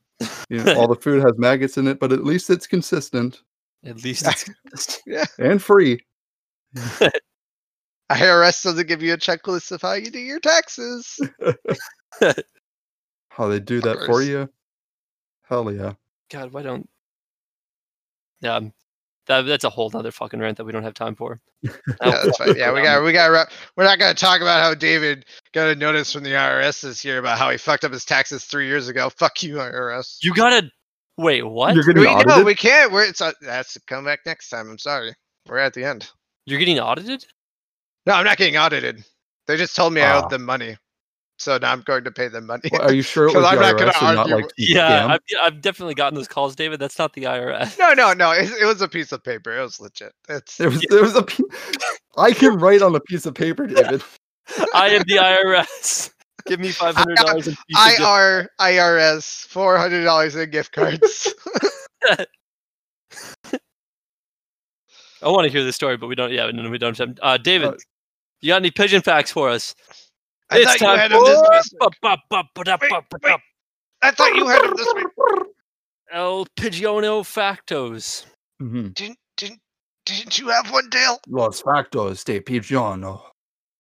S1: know, all the food has maggots in it, but at least it's consistent
S2: At least it's
S1: and free.
S4: IRS doesn't give you a checklist of how you do your taxes.
S1: How they do that for
S4: Fuckers.
S1: you? Hell yeah.
S2: God, why don't? Yeah, um, that, that's a whole other fucking rant that we don't have time for.
S4: yeah, that's fine. Yeah, we got we got ra- we're not gonna talk about how David got a notice from the IRS this year about how he fucked up his taxes three years ago. Fuck you, IRS.
S2: You gotta wait. What?
S1: You're
S2: You're,
S1: getting
S4: we,
S1: audited.
S4: no, we can't. We're it's uh, that's come back next time. I'm sorry. We're at the end.
S2: getting audited?
S4: No, I'm not getting audited. They just told me I
S1: Ah.
S4: owed them money, so now I'm going to pay them money.
S1: Well, are you sure it
S4: 'Cause
S1: was the
S4: I'm not gonna
S1: IRS and not
S4: argue
S1: like
S4: with-
S1: the
S2: Yeah,
S1: scam?
S2: I've, I've definitely gotten those calls, David. That's not the IRS.
S4: no, no, no. It, it was a piece of paper. It was legit. It's
S1: There was, there was a. p- I can write on a piece of paper, David.
S2: I am the IRS. Give me five hundred dollars.
S4: IR IRS four hundred dollars in gift cards.
S2: I want to hear the story, but we don't. Yeah, no, we don't. have time. Uh, David,
S1: Uh,
S2: you got any pigeon facts for us?
S4: I
S2: it's
S4: thought you
S2: time
S4: had him this
S2: for ba- ba- ba- da-
S4: Wait,
S2: ba- ba-
S4: wait.
S2: da-
S4: I thought you had him this week.
S2: El Pigeono Factos.
S3: Mm-hmm.
S1: Mhm.
S4: Didn't didn't didn't you have one, Dale?
S1: Los factos de
S4: Uh,
S1: pigeon.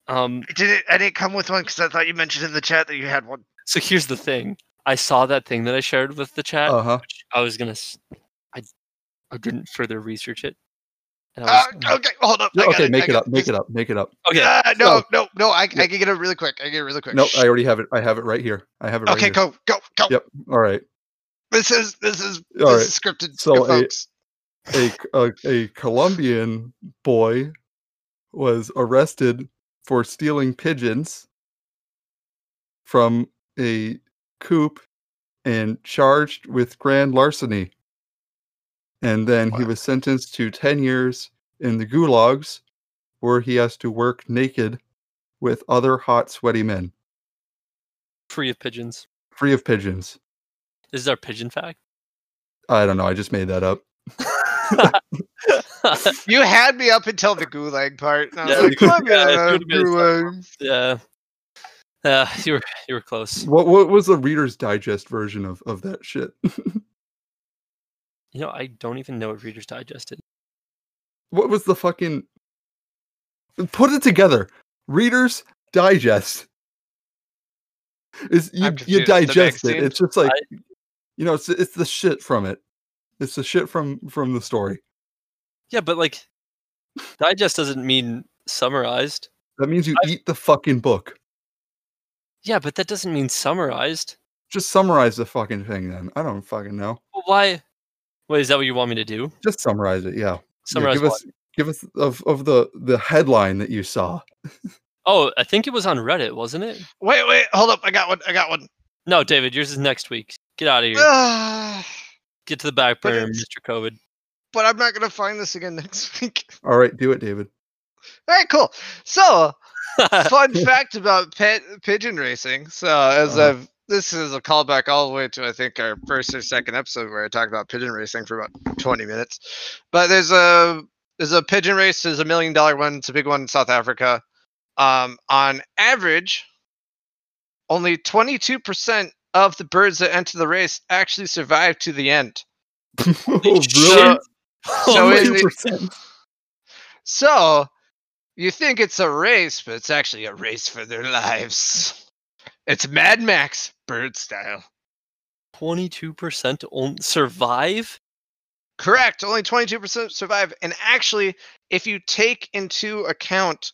S2: Um,
S4: I didn't. I didn't come with one because I thought you mentioned in the chat that you had one.
S2: so here's the thing. I saw that thing that I shared with the chat.
S1: Uh huh.
S2: which I was gonna, s- I, I didn't further research it, And I
S4: Uh,
S2: was,
S4: okay, hold up. I got
S1: okay, make
S4: I
S1: it
S4: got
S1: up. Make it up. Make it up.
S2: okay.
S4: Ah, no,
S1: So-
S4: no, no. I, I can get it really quick. I can get it really quick.
S1: Nope,
S4: Shh.
S1: I already have it. I have it right here. I have it right
S4: okay,
S1: here.
S4: go, go, go.
S1: Yep. All right.
S4: This is this is this
S1: All
S4: is scripted,
S1: So
S4: good
S1: a-
S4: folks.
S1: a, a, a Colombian boy was arrested for stealing pigeons from a coop and charged with grand larceny. And then he
S4: Wow.
S1: was sentenced to 10 years in the gulags, where he has to work naked with other hot, sweaty men,
S2: Free of pigeons.
S1: free of pigeons.
S2: This is our pigeon fact.
S1: I don't know. I just made that up.
S4: You had me up until the gulag part. And I was
S2: Yeah,
S4: like,
S2: the
S4: "Let me
S2: gulag-
S4: out
S2: yeah, it
S4: of
S2: should've been a
S4: gulag."
S2: yeah. Uh, you were you were close.
S1: What, what was the Reader's Digest version of, of that shit?
S2: You know, I don't even know what Reader's Digest is.
S1: what was the fucking put it together readers digest is you,
S4: I'm
S1: you
S4: confused. The
S1: digest it
S4: magazine?
S1: it's just like
S2: I-
S1: you know it's it's the shit from it it's the shit from from the story
S2: Yeah, but like, digest doesn't mean summarized.
S1: that means you
S2: I've-
S1: eat the fucking book
S2: Yeah, but that doesn't mean summarized.
S1: just summarize the fucking thing then i don't fucking know
S2: Well, why? Wait, is that what you want me to do?
S1: just summarize it yeah, yeah
S2: Summarize
S1: give
S2: what?
S1: us give us of of the the headline that you saw
S2: Oh, I think it was on Reddit, wasn't it?
S4: Wait, wait, hold up. I got one. I got one.
S2: No, David, yours is next week. Get out of here.
S4: Ah,
S2: Get to the back
S4: but
S2: burner,
S4: it's-
S2: Mr. COVID.
S4: but I'm not gonna find this again next week.
S1: all right do it david
S4: All right, cool. So, fun fact about pet pigeon racing. So, as
S1: Uh-huh.
S4: I've this is a callback all the way to I think our first or second episode where I talked about pigeon racing for about 20 minutes. But there's a there's a pigeon race. There's a million dollar one. It's a big one in South Africa. Um, on average, only 22% of the birds that enter the race actually survive to the end.
S1: oh,
S2: shit.
S4: So
S2: my
S4: it-
S2: God.
S1: 2%.
S4: So, you think it's a race, but it's actually a race for their lives. It's Mad Max bird style.
S2: 22% on- survive?
S4: Correct. Only 22% survive. And actually, if you take into account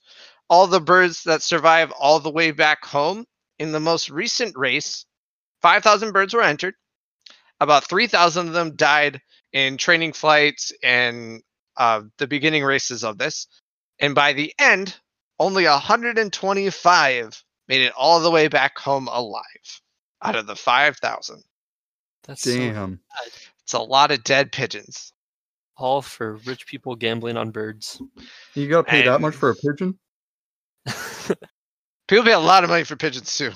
S4: all the birds that survive all the way back home, in the most recent race, 5,000 birds were entered. About 3,000 of them died in training flights and uh, the beginning races of this. And by the end, only 125 made it all the way back home alive out of the 5,000.
S2: That's so-
S1: damn
S4: It's a lot of dead pigeons.
S2: all for rich people gambling on birds.
S1: you got to pay that much
S4: And-
S1: for a pigeon
S4: People pay a lot of money for pigeons too.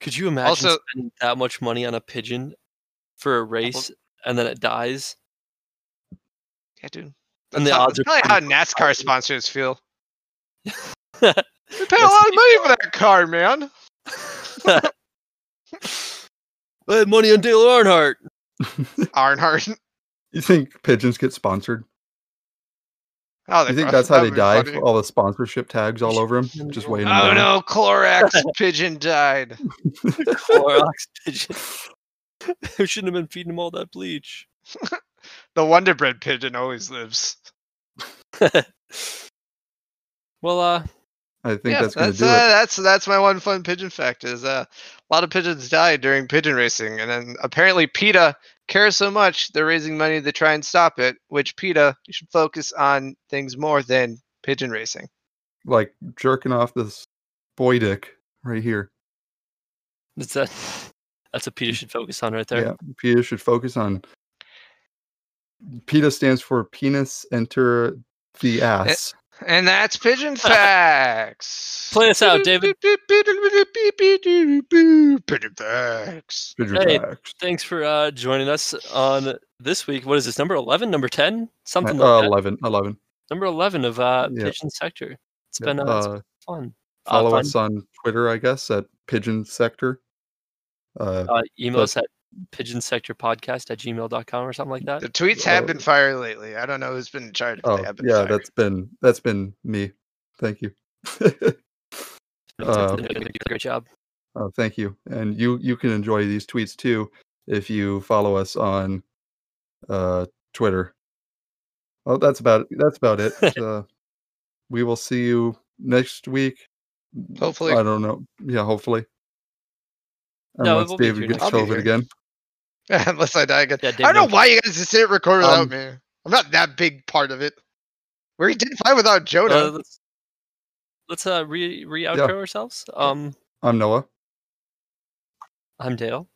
S2: Could you imagine
S4: Also-
S2: spending that much money on a pigeon for a race and then it dies?
S4: Yeah, dude.
S2: And
S4: That's
S2: the
S4: how-
S2: odds
S4: that's
S2: are
S4: probably how NASCAR sponsors feel. we pay a
S2: That's
S4: lot of money for that car, man.
S2: I had money on Dale Earnhardt.
S4: Arnhart.
S1: you think pigeons get sponsored
S4: Oh,
S1: You
S4: they
S1: think that's how they die?
S4: probably funny.
S1: All the sponsorship tags all over him, just waiting.
S2: die?
S4: Oh no, Clorox pigeon died.
S2: Clorox pigeon. Who shouldn't have been feeding him all that bleach?
S4: The Wonder Bread pigeon always lives.
S2: Well, uh,
S1: I think
S4: Yeah,
S1: that's going to do
S4: uh,
S1: it.
S4: that's that's my one fun pigeon fact is uh, a lot of pigeons die during pigeon racing, and then apparently PETA cares so much they're raising money to try and stop it. Which PETA you should focus on things more than pigeon racing.
S1: Like jerking off this boy dick right here.
S2: that's a, that's what Peter should focus on right there.
S1: Yeah, PETA should focus on. PETA stands for penis enter the
S2: Eh,
S1: ass.
S4: And that's pigeon facts.
S2: Play us out, David.
S4: Pigeon facts.
S1: Pigeon
S2: Hey.
S1: facts.
S2: Thanks for uh, joining us on this week. What is this? Number eleven? Number ten?
S1: Uh,
S2: Something like that.
S1: 11, 11.
S2: Number eleven of uh,
S1: Yeah.
S2: Pigeon Sector. It's
S1: Yep,
S2: been uh, it's been
S1: Uh,
S2: fun. Uh,
S1: follow
S2: fun.
S1: us on Twitter, I guess, at Pigeon Sector. Uh,
S2: Uh, email
S1: but-
S2: us at pigeonsectorpodcast at gmail.com or something like that.
S4: The tweets have
S1: Oh.
S4: been fired lately. I don't know who's been in charge. but
S1: oh,
S4: they have been
S1: yeah,
S4: fired.
S1: that's been that's been me. Thank you. uh,
S2: Great job.
S1: Oh, thank you. And you you can enjoy these tweets too if you follow us on uh Twitter Well, that's about that's about it. uh, we will see you next week.
S4: Hopefully.
S1: I don't know. Yeah, hopefully.
S2: No, it
S1: Unless
S2: will be
S1: David
S2: here
S1: gets
S4: next week. I'll be
S1: COVID
S4: here.
S1: again.
S4: Unless I die again.
S2: Yeah,
S4: I
S2: David,
S4: don't know
S2: no.
S4: why you guys just didn't record without
S1: Um,
S4: me. I'm not that big part of it. Where he did fly without Jonah.
S2: Uh, let's let's uh, re re outro ourselves. Um,
S1: I'm Noah.
S2: I'm Dale.